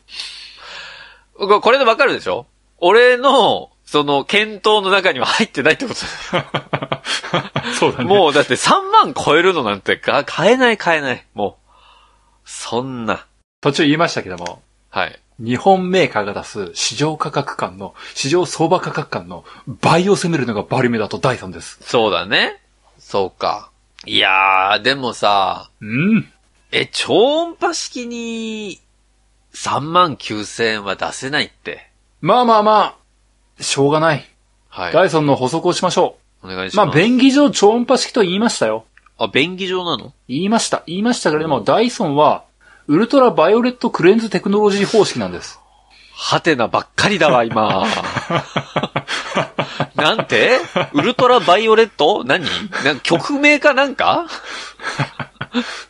[SPEAKER 1] ここれでわかるでしょ俺の、その、検討の中には入ってないってこと (laughs) だよ
[SPEAKER 2] (laughs) そうだね。
[SPEAKER 1] もうだって3万超えるのなんてか、買えない買えない。もう。そんな。
[SPEAKER 2] 途中言いましたけども、
[SPEAKER 1] はい。
[SPEAKER 2] 日本メーカーが出す市場価格間の、市場相場価格間の倍を攻めるのがバリュメだとダイソンです。
[SPEAKER 1] そうだね。そうか。いやー、でもさ、
[SPEAKER 2] うん。
[SPEAKER 1] え、超音波式に3万9000円は出せないって。
[SPEAKER 2] まあまあまあ、しょうがない。
[SPEAKER 1] はい。
[SPEAKER 2] ダイソンの補足をしましょ
[SPEAKER 1] お願いし
[SPEAKER 2] う。ま
[SPEAKER 1] ます。
[SPEAKER 2] あ、便宜上超音波式と言いましたよ。
[SPEAKER 1] あ、便宜上なの
[SPEAKER 2] 言いました。言いましたけれども、ダイソンは、ウルトラバイオレットクレンズテクノロジー方式なんです。
[SPEAKER 1] ハテナばっかりだわ、今。なんてウルトラバイオレット何なんか曲名かなんか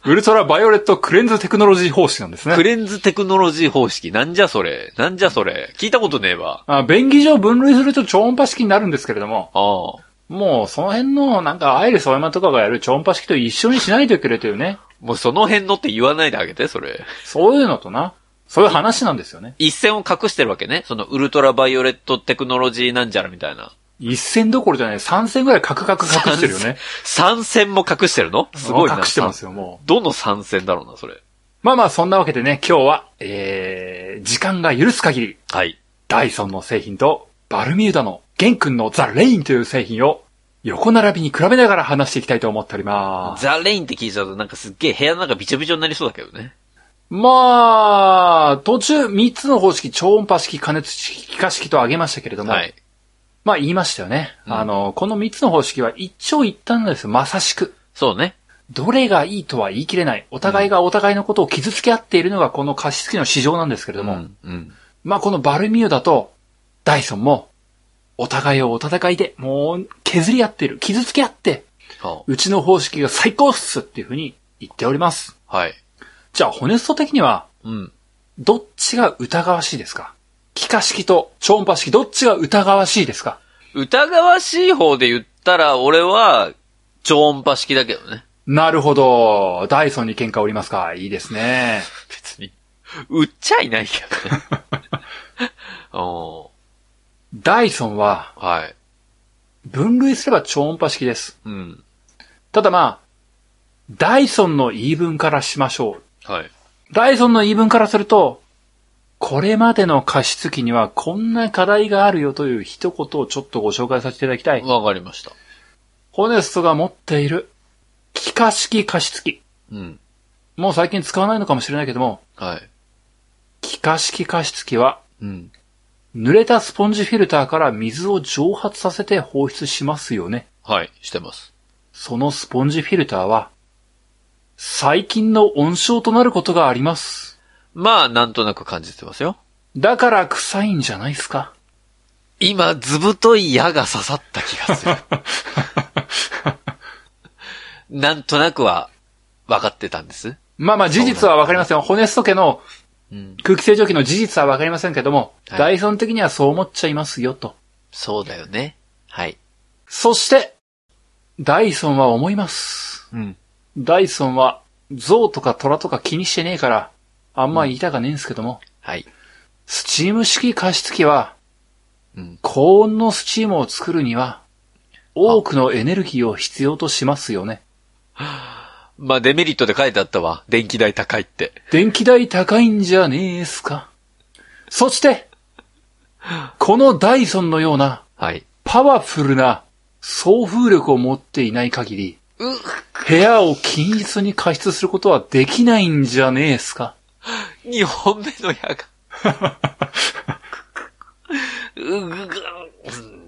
[SPEAKER 2] ウルトラバイオレットクレンズテクノロジー方式なんです
[SPEAKER 1] ク
[SPEAKER 2] ね。
[SPEAKER 1] レンズテクノロジー方式。なんじゃそれなんじゃそれ聞いたことねえわ。
[SPEAKER 2] あ便宜上分類すると超音波式になるんですけれども、
[SPEAKER 1] ああ。
[SPEAKER 2] もうその辺のなんかアイリスオーヤマとかがやる超音波式と一緒にしないでくれというね、
[SPEAKER 1] もうその辺のって言わないであげて、それ。
[SPEAKER 2] そういうのとな、そういう話なんですよね。
[SPEAKER 1] 一線を隠してるわけね。そのウルトラバイオレットテクノロジーなんじゃらみたいな。
[SPEAKER 2] 一線どころじゃない、三線ぐらいカクカク隠してるよね。
[SPEAKER 1] 三線も隠してるのすごいな。
[SPEAKER 2] 隠してますよ、もう。
[SPEAKER 1] どの三線だろうな、それ。
[SPEAKER 2] まあまあ、そんなわけでね、今日は、えー、時間が許す限り、
[SPEAKER 1] はい。
[SPEAKER 2] ダイソンの製品と、バルミューダの、ゲン君のザ・レインという製品を、横並びに比べながら話していきたいと思っております。
[SPEAKER 1] ザ・レインって聞いちゃうとなんかすっげえ部屋の中びちょびちょになりそうだけどね。
[SPEAKER 2] まあ、途中3つの方式、超音波式、加熱式、気化式と挙げましたけれども、
[SPEAKER 1] はい。
[SPEAKER 2] まあ言いましたよね。
[SPEAKER 1] うん
[SPEAKER 2] あの、この3つの方式は一長一短なんですよ、まさしく。
[SPEAKER 1] そうね。
[SPEAKER 2] どれがいいとは言い切れない。お互いがお互いのことを傷つけ合っているのがこの貸し付きの市場なんですけれども、
[SPEAKER 1] うん。うん。
[SPEAKER 2] まあこのバルミューダとダイソンも、お互いをお互いで、もう削り合っている。傷つけ合って、
[SPEAKER 1] そう
[SPEAKER 2] ちの方式が最高っすっていうふうに言っております。
[SPEAKER 1] う。はい。
[SPEAKER 2] じゃあ、ホネスト的には、
[SPEAKER 1] うん。
[SPEAKER 2] どっちが疑わしいですか気化式と超音波式、どっちが疑わしいですか
[SPEAKER 1] 疑わしい方で言ったら、俺は、超音波式だけどね。
[SPEAKER 2] なるほど。ダイソンに喧嘩おりますかいいですね。
[SPEAKER 1] 別に。売っちゃいないけどね。
[SPEAKER 2] (laughs)
[SPEAKER 1] お (laughs)
[SPEAKER 2] ダイソンは、
[SPEAKER 1] はい。
[SPEAKER 2] 分類すれば超音波式です。
[SPEAKER 1] うん。
[SPEAKER 2] ただまあ、ダイソンの言い分からしましょう。
[SPEAKER 1] はい。
[SPEAKER 2] ダイソンの言い分からすると、これまでの加湿器にはこんな課題があるよという一言をちょっとご紹介させていただきたい。
[SPEAKER 1] わかりました。
[SPEAKER 2] ホネストが持っている、気化式加湿器。
[SPEAKER 1] うん。
[SPEAKER 2] もう最近使わないのかもしれないけども、
[SPEAKER 1] はい。
[SPEAKER 2] 気化式加湿器は、
[SPEAKER 1] うん。
[SPEAKER 2] 濡れたスポンジフィルターから水を蒸発させて放出しますよね。
[SPEAKER 1] はい。してます。
[SPEAKER 2] そのスポンジフィルターは、細菌の温床となることがあります。
[SPEAKER 1] まあ、なんとなく感じてますよ。
[SPEAKER 2] だから臭いんじゃないですか。
[SPEAKER 1] 今、ずぶとい矢が刺さった気が (laughs) する。なんとなくは、分かってたんです。
[SPEAKER 2] まあまあ事実はわかりませんよ。ホネスト家の
[SPEAKER 1] うん。
[SPEAKER 2] 空気清浄機の事実はわかりませんけども、
[SPEAKER 1] はい
[SPEAKER 2] ダイソン的にはそう思っちゃいますよと。
[SPEAKER 1] そうだよね。はい。
[SPEAKER 2] そして、ダイソンは思います。
[SPEAKER 1] うん。
[SPEAKER 2] ダイソンは、象とか虎とか気にしてねえから、あんま言いたかねえんですけども、
[SPEAKER 1] はい。
[SPEAKER 2] スチーム式加湿器は、
[SPEAKER 1] うん。
[SPEAKER 2] 高温のスチームを作るには、多くのエネルギーを必要としますよね。
[SPEAKER 1] まあ、デメリットで書いてあったわ。電気代高いって。
[SPEAKER 2] 電気代高いんじゃねえっすか。そして、このダイソンのような
[SPEAKER 1] はい。
[SPEAKER 2] パワフルな送風力を持っていない限り、
[SPEAKER 1] うっ
[SPEAKER 2] 部屋を均一に加湿することはできないんじゃねえっすか。
[SPEAKER 1] 二本目の矢が。 (laughs) うぐぐう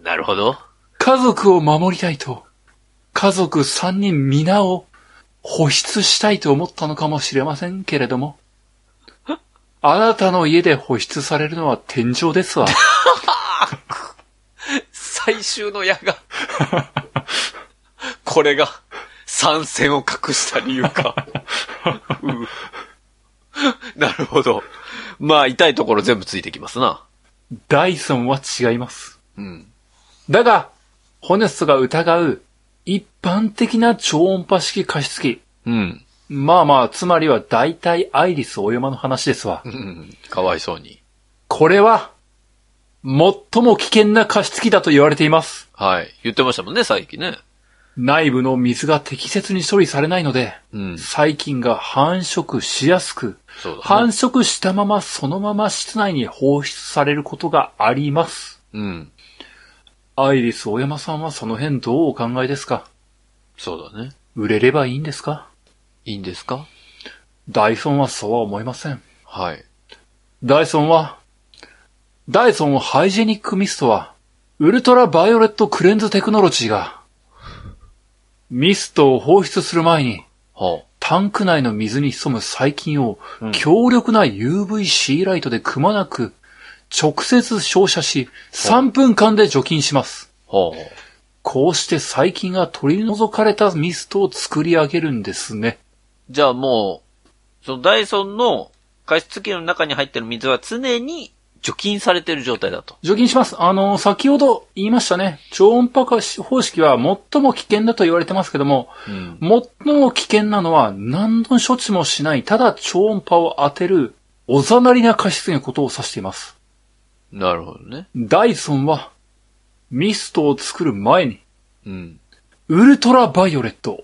[SPEAKER 1] んなるほど。
[SPEAKER 2] 家族を守りたいと、家族3人皆を保湿したいと思ったのかもしれませんけれども、あなたの家で保湿されるのは天井ですわ。
[SPEAKER 1] 最終の矢が。これが、参戦を隠した理由か。うんなるほど。まあ、痛いところ全部ついてきますな。
[SPEAKER 2] ダイソンは違います。
[SPEAKER 1] うん。
[SPEAKER 2] だが、ホネストが疑う一般的な超音波式加湿器。
[SPEAKER 1] うん。
[SPEAKER 2] まあまあ、つまりは大体アイリスオーヤマの話ですわ
[SPEAKER 1] う。んかわいそうに。
[SPEAKER 2] これは、最も危険な加湿器だと言われています。
[SPEAKER 1] はい。言ってましたもんね、最近ね。
[SPEAKER 2] 内部の水が適切に処理されないので、
[SPEAKER 1] うん。
[SPEAKER 2] 細菌が繁殖しやすく、
[SPEAKER 1] そうだ
[SPEAKER 2] 繁
[SPEAKER 1] ね。
[SPEAKER 2] 殖したままそのまま室内に放出されることがあります。
[SPEAKER 1] うん。
[SPEAKER 2] アイリス大山さんはその辺どうお考えですか
[SPEAKER 1] そうだね。
[SPEAKER 2] 売れればいいんですか
[SPEAKER 1] いいんですか
[SPEAKER 2] ダイソンはそうは思いません。
[SPEAKER 1] はい。
[SPEAKER 2] ダイソンは、ダイソンハイジェニックミストは、ウルトラバイオレットクレンズテクノロジーが、ミストを放出する前に、
[SPEAKER 1] ほ
[SPEAKER 2] タンク内の水に潜む細菌を、
[SPEAKER 1] うん
[SPEAKER 2] 強力な UVC ライトでくまなく、直接照射し、3分間で除菌します。
[SPEAKER 1] う。ほう。
[SPEAKER 2] こうして細菌が取り除かれたミストを作り上げるんですね。
[SPEAKER 1] じゃあもう、そのダイソンの加湿器の中に入ってる水は常に除菌されてる状態だと。
[SPEAKER 2] 除菌します。あの、先ほど言いましたね。超音波化方式は最も危険だと言われてますけども、
[SPEAKER 1] うん。
[SPEAKER 2] 最も危険なのは何の処置もしない、ただ超音波を当てる、おざなりな加湿器のことを指しています。
[SPEAKER 1] なるほどね。
[SPEAKER 2] ダイソンは、ミストを作る前に、
[SPEAKER 1] うん。
[SPEAKER 2] ウルトラバイオレット、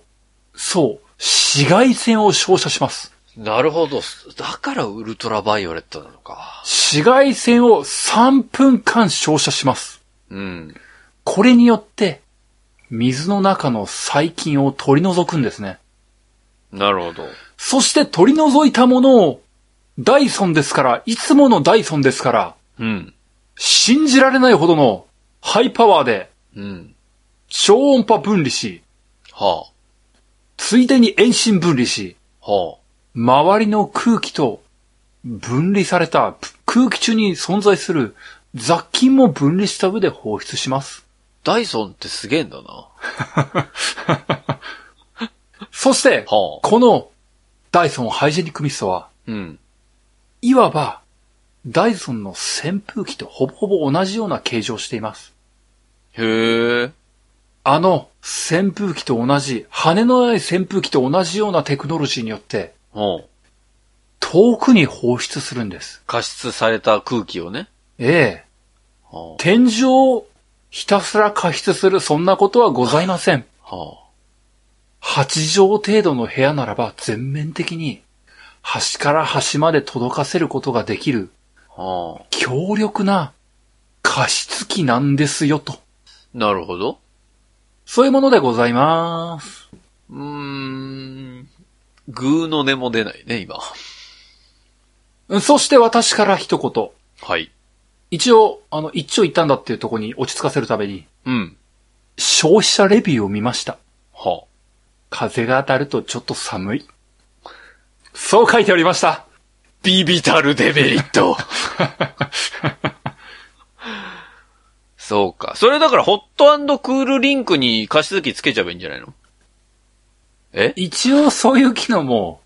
[SPEAKER 2] そう、紫外線を照射します。
[SPEAKER 1] なるほど。だからウルトラバイオレットなのか。
[SPEAKER 2] 紫外線を3分間照射します。
[SPEAKER 1] うん。
[SPEAKER 2] これによって、水の中の細菌を取り除くんですね。
[SPEAKER 1] なるほど。
[SPEAKER 2] そして取り除いたものを、ダイソンですから、いつものダイソンですから、
[SPEAKER 1] うん。
[SPEAKER 2] 信じられないほどのハイパワーで
[SPEAKER 1] うん。
[SPEAKER 2] 超音波分離し、
[SPEAKER 1] は
[SPEAKER 2] ついでに遠心分離し、
[SPEAKER 1] あ。は
[SPEAKER 2] 周りの空気と分離された空気中に存在する雑菌も分離した上で放出します。
[SPEAKER 1] あ。ダイソンってすげえんだな。は
[SPEAKER 2] そして、
[SPEAKER 1] あ。
[SPEAKER 2] このダイソンハイジェニックミストは、
[SPEAKER 1] うん。
[SPEAKER 2] いわばダイソンの扇風機とほぼほぼ同じような形状をしています。
[SPEAKER 1] へえ。
[SPEAKER 2] あの扇風機と同じ、羽のない扇風機と同じようなテクノロジーによって、
[SPEAKER 1] ほう。
[SPEAKER 2] 遠くに放出するんです。
[SPEAKER 1] 加湿された空気をね。
[SPEAKER 2] ええ。
[SPEAKER 1] はあ。
[SPEAKER 2] 天井ひたすら加湿する、そんなことはございません。
[SPEAKER 1] は
[SPEAKER 2] 8畳程度の部屋ならば全面的に端から端まで届かせることができる
[SPEAKER 1] あ。はあ。
[SPEAKER 2] 強力な加湿器なんですよと。
[SPEAKER 1] なるほど。
[SPEAKER 2] そういうものでございます。
[SPEAKER 1] うーん。グーの音も出ないね、今。
[SPEAKER 2] そして私から一言。
[SPEAKER 1] はい。
[SPEAKER 2] 一応、あの、一長一短だっていうところに落ち着かせるために、
[SPEAKER 1] うん。
[SPEAKER 2] 消費者レビューを見ました。
[SPEAKER 1] は
[SPEAKER 2] 風が当たるとちょっと寒い。そう書いておりました。
[SPEAKER 1] あ。ビビたるデメリット。 (laughs) そうか。それだから、ホットクールリンクに加湿器つけちゃえばいいんじゃないのえ
[SPEAKER 2] 一応そういう機能も、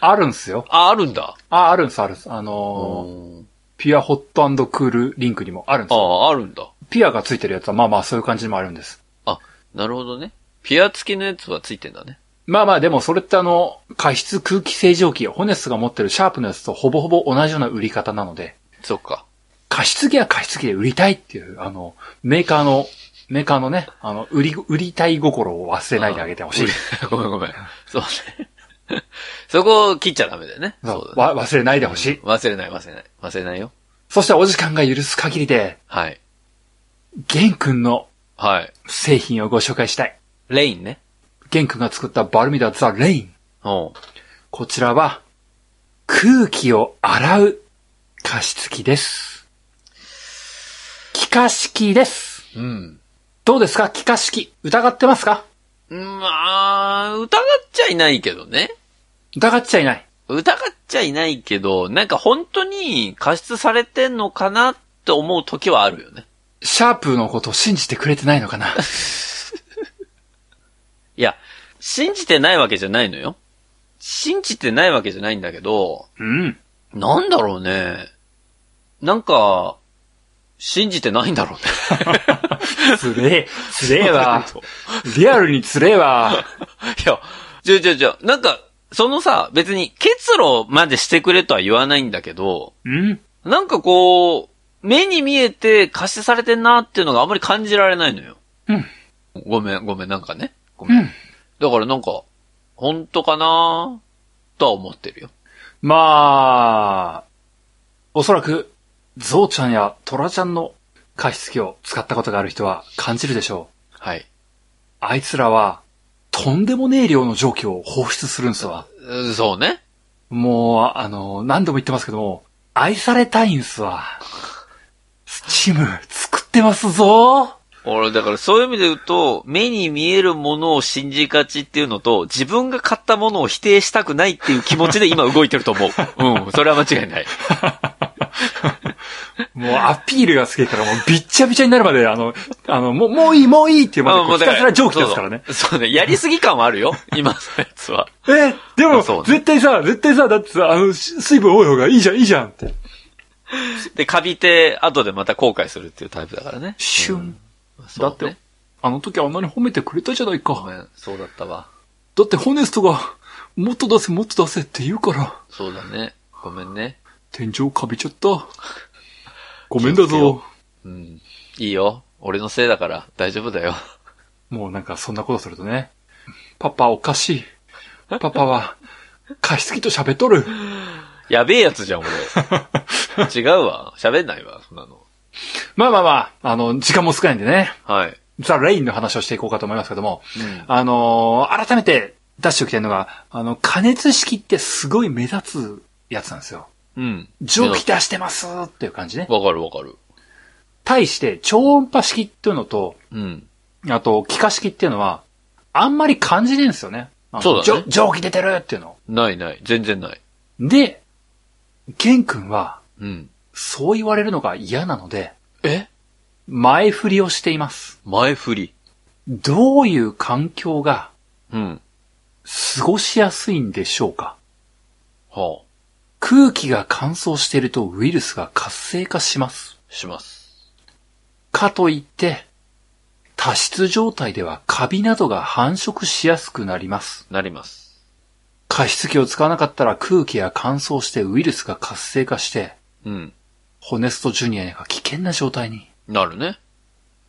[SPEAKER 2] あるんすよ。
[SPEAKER 1] あ、あるんだ。
[SPEAKER 2] あ、あるんす、あるんす。あのー
[SPEAKER 1] うん
[SPEAKER 2] ピュアホットクールリンクにもあるんです
[SPEAKER 1] あ
[SPEAKER 2] よ。
[SPEAKER 1] あ、あるんだ。
[SPEAKER 2] ピュアがついてるやつはまあまあそういう感じにもあるんです。
[SPEAKER 1] あ、なるほどね。ピア付きのやつはついてんだね。
[SPEAKER 2] まあまあでもそれってあの、加湿空気清浄機、ホネスが持ってるシャープのやつとほぼほぼ同じような売り方なので、
[SPEAKER 1] そっか。
[SPEAKER 2] 加湿器は加湿器で売りたいっていう、あの、メーカーの、メーカーのね、あの、売り、売りたい心を忘れないであげてほしい。
[SPEAKER 1] あ。 (laughs) ごめんごめん。そうね。 (laughs) そこを切っちゃダメだよね。
[SPEAKER 2] そう
[SPEAKER 1] だね
[SPEAKER 2] わ忘れないでほしい。
[SPEAKER 1] 忘れない忘れない。忘れないよ。
[SPEAKER 2] そしてお時間が許す限りで、
[SPEAKER 1] はい。
[SPEAKER 2] ゲン君の
[SPEAKER 1] はい。
[SPEAKER 2] 製品をご紹介したい。
[SPEAKER 1] レインね。
[SPEAKER 2] ゲン君が作ったバルミダザ・レイン。
[SPEAKER 1] おう
[SPEAKER 2] こちらは、空気を洗う加湿器です。気化式です。
[SPEAKER 1] うん。
[SPEAKER 2] どうですか気化式。疑ってますか
[SPEAKER 1] まあ、疑っちゃいないけどね。
[SPEAKER 2] 疑っちゃいない。
[SPEAKER 1] 疑っちゃいないけど、なんか本当に加湿されてんのかなって思う時はあるよね。
[SPEAKER 2] シャープのことを信じてくれてないのかな
[SPEAKER 1] いや、信じてないわけじゃないのよ。信じてないわけじゃないんだけど、
[SPEAKER 2] うん。
[SPEAKER 1] なんだろうね。なんか、信じてないんだろうね。
[SPEAKER 2] つれえ、つれ
[SPEAKER 1] (laughs)
[SPEAKER 2] えわ。リアルにつれえわ。
[SPEAKER 1] いや、じゃじゃじゃ、なんか、そのさ、別に結露までしてくれとは言わないんだけど、
[SPEAKER 2] うん
[SPEAKER 1] なんかこう、目に見えて過失されてんなっていうのがあんまり感じられないのよ。
[SPEAKER 2] うん。
[SPEAKER 1] ごめん、ごめん、なんかね。ご
[SPEAKER 2] う
[SPEAKER 1] めん。
[SPEAKER 2] ん。
[SPEAKER 1] だからなんか、本当かなとは思ってるよ。
[SPEAKER 2] まあ、おそらく、ゾウちゃんやトラちゃんの加湿器を使ったことがある人は感じるでしょう。
[SPEAKER 1] はい。
[SPEAKER 2] あいつらは、とんでもねえ量の蒸気を放出するんすわ。
[SPEAKER 1] うんそうね。
[SPEAKER 2] もう、あの、何度も言ってますけども、愛されたいんすわ。スチーム、作ってますぞ
[SPEAKER 1] 俺、だからそういう意味で言うと、目に見えるものを信じがちっていうのと、自分が買ったものを否定したくないっていう気持ちで今動いてると
[SPEAKER 2] (laughs)
[SPEAKER 1] 思う。うん、それは間違いない。
[SPEAKER 2] もうアピールが好きから、もうびっちゃびちゃになるまで、あの、あの、もう、もういい、もういいっていうまでこう、ひたすら蒸気ですからね。
[SPEAKER 1] そうそうそうね。やりすぎ感はあるよ。今のやつは。
[SPEAKER 2] え、でも、
[SPEAKER 1] そうね
[SPEAKER 2] 絶対さ、絶対さ、だってさ、あの、し水分多い方がいいじゃん、いいじゃんって。
[SPEAKER 1] で、カビて、後でまた後悔するっていうタイプだからね。
[SPEAKER 2] シュン。
[SPEAKER 1] そ
[SPEAKER 2] だ
[SPEAKER 1] う
[SPEAKER 2] っ
[SPEAKER 1] ね
[SPEAKER 2] て、あの時あんなに褒めてくれたじゃない
[SPEAKER 1] ご
[SPEAKER 2] か。
[SPEAKER 1] めん、そうだったわ。
[SPEAKER 2] だって、ホネストが、もっと出せ、もっと出せって言うから。
[SPEAKER 1] そうだね。ごめんね。
[SPEAKER 2] 天井かびちゃった。ごめん
[SPEAKER 1] 気
[SPEAKER 2] だ
[SPEAKER 1] をつけよ
[SPEAKER 2] ぞ。
[SPEAKER 1] うん。いいよ。俺のせいだから、大丈夫だよ。 (laughs)
[SPEAKER 2] もうなんかそんなことするとね。パパおかしい。パパは、加湿器と喋っとる。
[SPEAKER 1] やべえやつ (laughs) じゃん、俺。違うわ。喋んないわ、そんなの。
[SPEAKER 2] まあまあまあ、あの、時間も少ないんでね。
[SPEAKER 1] はい。
[SPEAKER 2] ザ・レインの話をしていこうかと思いますけども。
[SPEAKER 1] うん。
[SPEAKER 2] あのー改めて出しておきたいのが、あの、加熱式ってすごい目立つやつなんですよ。
[SPEAKER 1] うん。
[SPEAKER 2] 蒸気出してますっていう感じね。
[SPEAKER 1] わかるわかる。
[SPEAKER 2] 対して、超音波式っていうのと、
[SPEAKER 1] うん。
[SPEAKER 2] あと、気化式っていうのは、あんまり感じねえんですよね。あの
[SPEAKER 1] そうだね
[SPEAKER 2] じょ蒸気出てるっていうの。
[SPEAKER 1] ないない。全然ない。
[SPEAKER 2] で、ケン君は、
[SPEAKER 1] うん。
[SPEAKER 2] そう言われるのが嫌なので、
[SPEAKER 1] え
[SPEAKER 2] 前振りをしています。
[SPEAKER 1] 前振り。
[SPEAKER 2] どういう環境が
[SPEAKER 1] うん。
[SPEAKER 2] 過ごしやすいんでしょうか
[SPEAKER 1] はあ。
[SPEAKER 2] 空気が乾燥しているとウイルスが活性化します。
[SPEAKER 1] します。
[SPEAKER 2] かといって、多湿状態ではカビなどが繁殖しやすくなります。
[SPEAKER 1] なります。
[SPEAKER 2] 加湿器を使わなかったら空気が乾燥してウイルスが活性化して、
[SPEAKER 1] うん。
[SPEAKER 2] ホネストジュニアが危険な状態に。
[SPEAKER 1] なるね。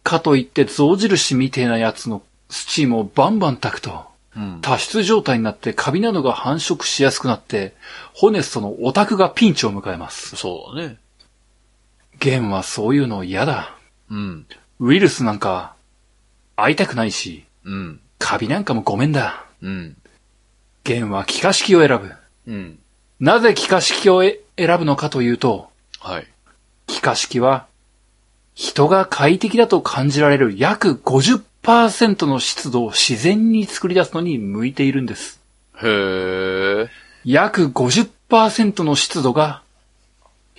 [SPEAKER 2] かといって象印みてえなやつのスチームをバンバン炊くと、
[SPEAKER 1] うん。
[SPEAKER 2] 多湿状態になってカビなどが繁殖しやすくなって、ホネストのオタクがピンチを迎えます。
[SPEAKER 1] そうだね。
[SPEAKER 2] ゲンはそういうの嫌だ。
[SPEAKER 1] うん。
[SPEAKER 2] ウイルスなんか、会いたくないし、
[SPEAKER 1] うん。
[SPEAKER 2] カビなんかもごめんだ。
[SPEAKER 1] うん。
[SPEAKER 2] ゲンは気化式を選ぶ。
[SPEAKER 1] うん。
[SPEAKER 2] なぜ気化式をえ選ぶのかというと、
[SPEAKER 1] はい。
[SPEAKER 2] 気化式は、人が快適だと感じられる約50%の湿度を自然に作り出すのに向いているんです。
[SPEAKER 1] へー。
[SPEAKER 2] 約50%の湿度が、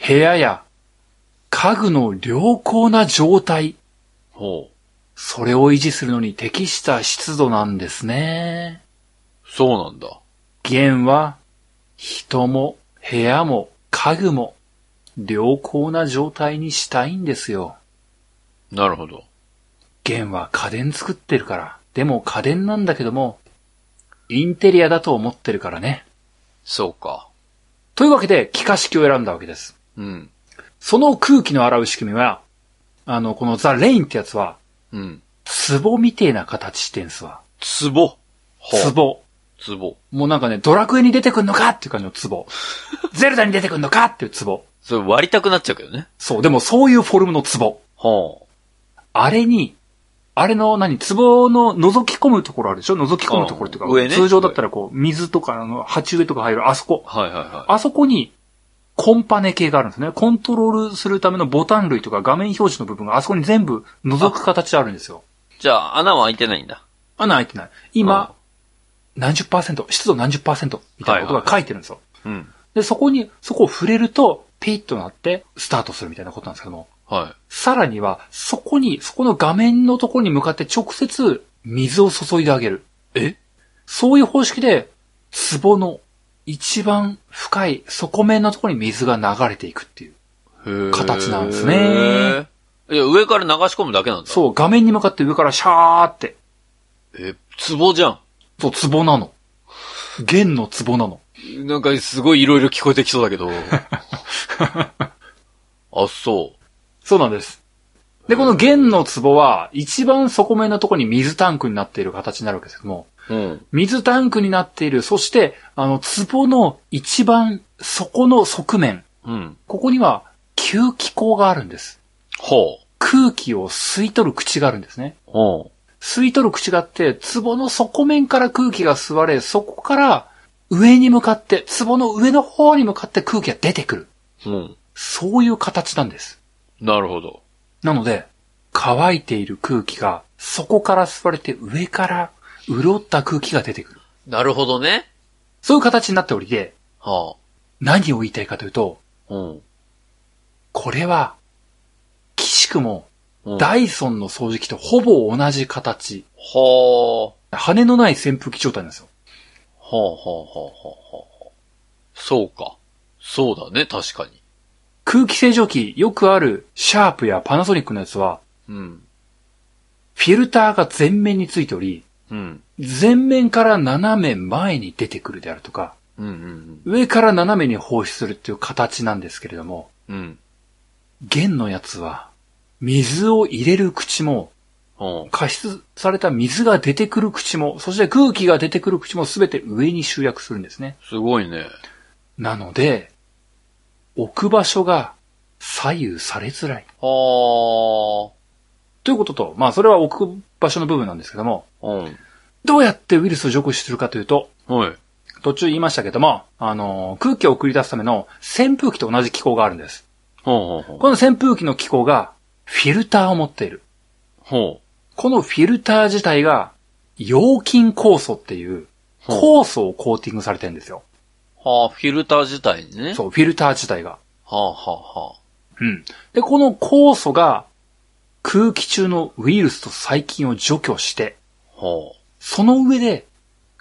[SPEAKER 2] 部屋や家具の良好な状態、
[SPEAKER 1] ほう。
[SPEAKER 2] それを維持するのに適した湿度なんですね。
[SPEAKER 1] そうなんだ。
[SPEAKER 2] 弦は、人も部屋も家具も良好な状態にしたいんですよ。
[SPEAKER 1] なるほど。
[SPEAKER 2] 弦は家電作ってるから。でも家電なんだけども、インテリアだと思ってるからね。
[SPEAKER 1] そうか。
[SPEAKER 2] というわけで、気化式を選んだわけです。
[SPEAKER 1] うん。
[SPEAKER 2] その空気の洗う仕組みは、あの、このザ・レインってやつは、
[SPEAKER 1] うん。
[SPEAKER 2] 壺みてえな形してんすわ。
[SPEAKER 1] ツボ。ほう。
[SPEAKER 2] 壺。
[SPEAKER 1] ツボ。
[SPEAKER 2] もうなんかね、ドラクエに出てくんのかっていう感じ
[SPEAKER 1] (laughs)
[SPEAKER 2] の壺。ゼルダに出てくんのかっていう壺。
[SPEAKER 1] それ割りたくなっちゃうけどね。
[SPEAKER 2] そう、でもそういうフォルムの壺。
[SPEAKER 1] ほ
[SPEAKER 2] あれに、あれの何、壺の覗き込むところあるでしょ覗き込むところっていうか、
[SPEAKER 1] うん上ね
[SPEAKER 2] 通常だったらこう、水とかあの、鉢植えとか入るあそこ
[SPEAKER 1] う。。はいはいは
[SPEAKER 2] あそこに、コンパネ系があるんですね。コントロールするためのボタン類とか画面表示の部分があそこに全部覗く形であるんですよ。
[SPEAKER 1] い。じゃあ、穴は開いてないんだ。
[SPEAKER 2] 穴開いてない。今、何十パーセント、湿度何十パーセントみたいなことが書いてるんですよ。
[SPEAKER 1] うん。
[SPEAKER 2] で、そこに、そこを触れると、ピッとなって、スタートするみたいなことなんですけども。
[SPEAKER 1] は
[SPEAKER 2] さらには、そこに、そこの画面のところに向かって直接水を注いであげる。
[SPEAKER 1] え
[SPEAKER 2] そういう方式で、壺の一番深い底面のところに水が流れていくっていう。
[SPEAKER 1] い。へー
[SPEAKER 2] 形なんですね。
[SPEAKER 1] いや、上から流し込むだけなんだ。
[SPEAKER 2] そう、画面に向かって上からシャーって。
[SPEAKER 1] え、ツボじゃん。
[SPEAKER 2] そう、壺なの。弦の壺なの。
[SPEAKER 1] なんかすごいいろいろ聞こえてきそうだけ (laughs) ど。あ、そ
[SPEAKER 2] そうなんです。で、この弦の壺は、一番底面のところに水タンクになっている形になるわけですけども、
[SPEAKER 1] う。うん。
[SPEAKER 2] 水タンクになっている。そして、あの、壺の一番底の側面。
[SPEAKER 1] うん。
[SPEAKER 2] ここには吸気口があるんです。
[SPEAKER 1] ほう。
[SPEAKER 2] 空気を吸い取る口があるんですね。
[SPEAKER 1] ほ
[SPEAKER 2] 吸い取る口があって、壺の底面から空気が吸われ、そこから上に向かって、壺の上の方に向かって空気が出てくる。
[SPEAKER 1] う。うん。
[SPEAKER 2] そういう形なんです。
[SPEAKER 1] なるほど。
[SPEAKER 2] なので、乾いている空気が、そこから吸われて上から潤った空気が出てくる。
[SPEAKER 1] なるほどね。
[SPEAKER 2] そういう形になっておりで、
[SPEAKER 1] は
[SPEAKER 2] 何を言いたいかというと、
[SPEAKER 1] あ。うん。
[SPEAKER 2] これは、岸くも、
[SPEAKER 1] うん、
[SPEAKER 2] ダイソンの掃除機とほぼ同じ形。
[SPEAKER 1] ほう。
[SPEAKER 2] 羽のない扇風機状態なんですよ。
[SPEAKER 1] ほうほうほうほうほうほう。そうか。そうだね、確かに。
[SPEAKER 2] 空気清浄機、よくある、シャープやパナソニックのやつは、
[SPEAKER 1] うん。
[SPEAKER 2] フィルターが前面についており、
[SPEAKER 1] うん。
[SPEAKER 2] 前面から斜め前に出てくるであるとか、
[SPEAKER 1] うんうん
[SPEAKER 2] 上から斜めに放出するっていう形なんですけれども、
[SPEAKER 1] うん。うん。
[SPEAKER 2] 弦のやつは、水を入れる口も、
[SPEAKER 1] ほ
[SPEAKER 2] 加湿された水が出てくる口も、そして空気が出てくる口も全て上に集約するんですね。
[SPEAKER 1] う。すごいね。
[SPEAKER 2] なので、置く場所が左右されづらい。
[SPEAKER 1] は
[SPEAKER 2] ということと、まあそれは置く場所の部分なんですけども、
[SPEAKER 1] あ。うん。
[SPEAKER 2] どうやってウイルスを除去するかというと、
[SPEAKER 1] はい。
[SPEAKER 2] 途中言いましたけども、あのー空気を送り出すための扇風機と同じ機構があるんです。
[SPEAKER 1] ほうほうほう。
[SPEAKER 2] この扇風機の機構がフィルターを持っている。
[SPEAKER 1] ほ
[SPEAKER 2] このフィルター自体が、陽菌酵素っていう、
[SPEAKER 1] う。ほう。
[SPEAKER 2] 酵素をコーティングされてるんですよ。
[SPEAKER 1] はあ、フィルター自体にね。
[SPEAKER 2] そう、フィルター自体が。
[SPEAKER 1] はあ、はあ、は
[SPEAKER 2] うん。で、この酵素が空気中のウイルスと細菌を除去して、
[SPEAKER 1] あ。ほ
[SPEAKER 2] その上で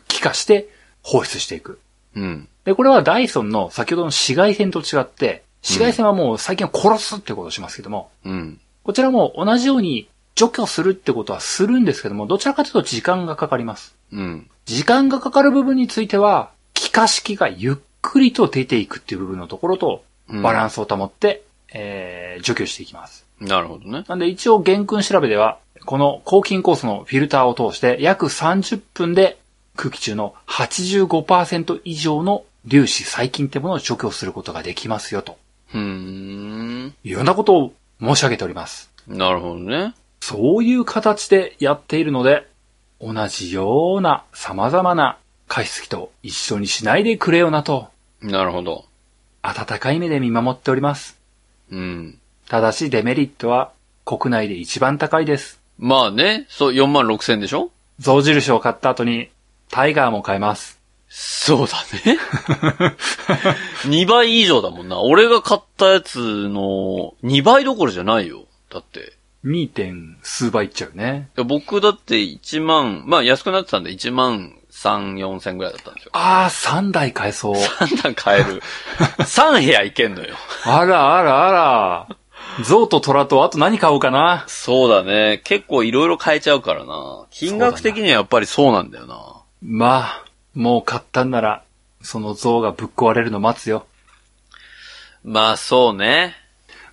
[SPEAKER 2] 気化して放出していく。
[SPEAKER 1] う。うん。
[SPEAKER 2] で、これはダイソンの先ほどの紫外線と違って、紫外線はもう細菌を殺すってことをしますけども、
[SPEAKER 1] うん。
[SPEAKER 2] こちらも同じように除去するってことはするんですけども、どちらかというと時間がかかります。
[SPEAKER 1] うん。
[SPEAKER 2] 時間がかかる部分については、気化式がゆっくりと出ていくっていう部分のところと、
[SPEAKER 1] うん
[SPEAKER 2] バランスを保ってえー、除去していきます。
[SPEAKER 1] なるほどね。
[SPEAKER 2] なんで一応原訓調べでは、この抗菌酵素のフィルターを通して約30分で空気中の85%以上の粒子細菌ってものを除去することができますよと。
[SPEAKER 1] うーん。
[SPEAKER 2] いろんなことを申し上げております。
[SPEAKER 1] なるほどね。
[SPEAKER 2] そういう形でやっているので、同じような様々な加湿器と一緒にしないでくれよなと、
[SPEAKER 1] なるほど。
[SPEAKER 2] 温かい目で見守っております。
[SPEAKER 1] うん。
[SPEAKER 2] ただしデメリットは国内で一番高いです。
[SPEAKER 1] まあね、そう、4万6千でしょ
[SPEAKER 2] 象印を買った後にタイガーも買えます。
[SPEAKER 1] そうだね。2倍以上だもんな。俺が買ったやつの2倍どころじゃないよ。だって。
[SPEAKER 2] 2. 点数倍いっちゃうね。
[SPEAKER 1] いや僕だって1万、まあ安くなってたんで1万3、4千ぐらいだったんですよ。
[SPEAKER 2] あー、3台買えそう。
[SPEAKER 1] 3段買える。3部屋いけんのよ。
[SPEAKER 2] あらあらあら。象と虎とあと何買おうかな。
[SPEAKER 1] そうだね。結構いろいろ変えちゃうからな。金額的にはやっぱりそうなんだよな。
[SPEAKER 2] まあ、もう買ったんなら、その象がぶっ壊れるの待つよ。
[SPEAKER 1] まあそうね。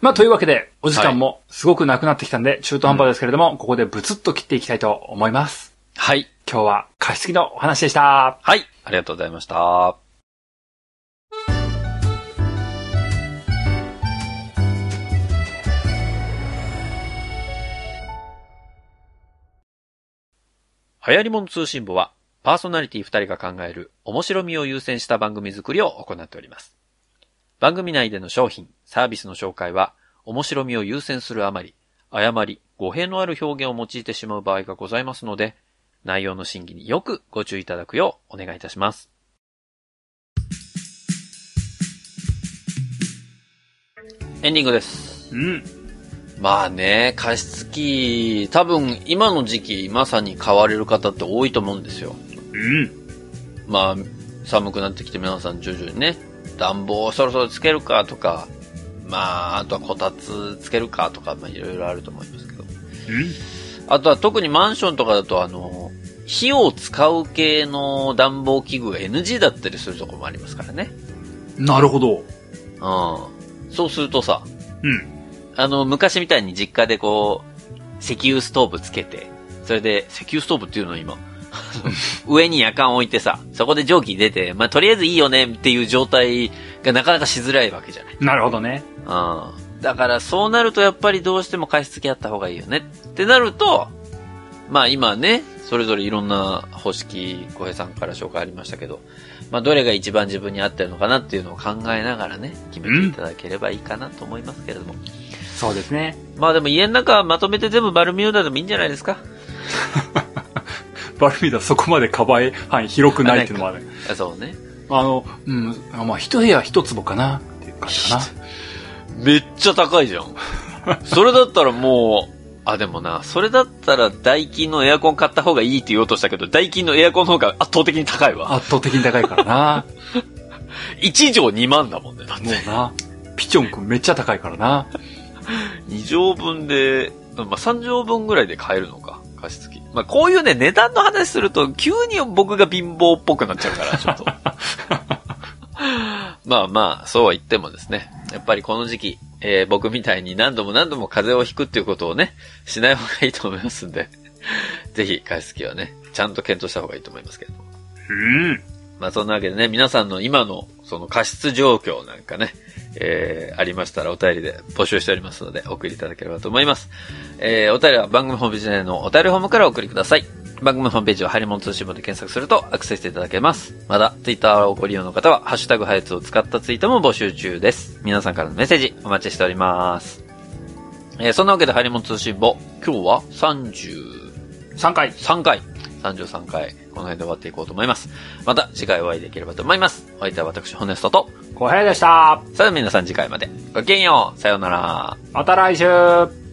[SPEAKER 2] まあ、というわけで、お時間もすごくなくなってきたんで、中途半端ですけれども、ここでブツッと切っていきたいと思います。
[SPEAKER 1] はい。
[SPEAKER 2] 今日は加湿器のお話でした。
[SPEAKER 1] はい。ありがとうございました。流行り物通信簿は、パーソナリティ2人が考える面白みを優先した番組作りを行っております。番組内での商品、サービスの紹介は、面白みを優先するあまり、誤り、語弊のある表現を用いてしまう場合がございますので、内容の審議によくご注意いただくようお願いいたします。エンディングです。
[SPEAKER 2] うん。
[SPEAKER 1] まあね、加湿器、多分今の時期まさに買われる方って多いと思うんですよ。
[SPEAKER 2] うん。
[SPEAKER 1] まあ、寒くなってきて皆さん徐々にね、暖房をそろそろつけるかとか、まあ、あとはこたつつけるかとか、まあいろいろあると思いますけど。あとは特にマンションとかだと、あの、火を使う系の暖房器具が NG だったりするところもありますからね。
[SPEAKER 2] うん。なるほど。
[SPEAKER 1] うん。そうするとさ、
[SPEAKER 2] うん。
[SPEAKER 1] あの、昔みたいに実家でこう、石油ストーブつけて、それで、石油ストーブっていうの今、上に夜間置いてさ、そこで蒸気出て、まあ、とりあえずいいよねっていう状態がなかなかしづらいわけじゃない。
[SPEAKER 2] なるほどね。
[SPEAKER 1] うん。だからそうなるとやっぱりどうしても加湿器あった方がいいよねってなると、まあ今ね、それぞれいろんな方式、小平さんから紹介ありましたけど、まあどれが一番自分に合ってるのかなっていうのを考えながらね、決めていただければいいかなと思いますけれども。
[SPEAKER 2] そうですね。
[SPEAKER 1] まあでも家の中はまとめて全部バルミューダでもいいんじゃないですか
[SPEAKER 2] バルミューダそこまでカバー範囲広くないっていうのもある。
[SPEAKER 1] あそうね。
[SPEAKER 2] あの、うん、あまあ、一部屋一坪かなっていう感じかな。
[SPEAKER 1] めっちゃ高いじゃん。それだったらもう、あ、でもな、それだったらダイキンのエアコン買った方がいいって言おうとしたけど、ダイキンのエアコンの方が圧倒的に高いわ。
[SPEAKER 2] 圧倒的に高いから (laughs) な。
[SPEAKER 1] 1畳2万だもんね、だって
[SPEAKER 2] も。うな。ピチョン君めっちゃ高いからな。
[SPEAKER 1] 2畳分で、まあ、3畳分ぐらいで買えるのか、加湿器。まあ、こういうね、値段の話すると、急に僕が貧乏っぽくなっちゃうから、ちょっと。まあまあ、そうは言ってもですね、やっぱりこの時期、えー僕みたいに何度も何度も風邪をひくっていうことをね、しない方がいいと思いますんで、ぜひ加湿器はね、ちゃんと検討した方がいいと思いますけど。
[SPEAKER 2] うん。
[SPEAKER 1] まあそんなわけでね、皆さんの今のその過失状況なんかね、えー、ありましたらお便りで募集しておりますので、お送りいただければと思います。えー、お便りは番組ホームページ内のお便りフォームからお送りください。番組ホームページはハリモン通信簿で検索するとアクセスしていただけます。また、ツイッターをご利用の方は、ハッシュタグハイツを使ったツイートも募集中です。皆さんからのメッセージお待ちしております。えー、そんなわけでハリモン通信簿、今日は30、
[SPEAKER 2] 3回。
[SPEAKER 1] 3回、33回、この辺で終わっていこうと思います。また次回お会いできればと思います。お相手は私、ホネストと。
[SPEAKER 2] 小平でした。
[SPEAKER 1] それでは皆さん次回まで。ごきげんよう。さようなら。
[SPEAKER 2] また来週。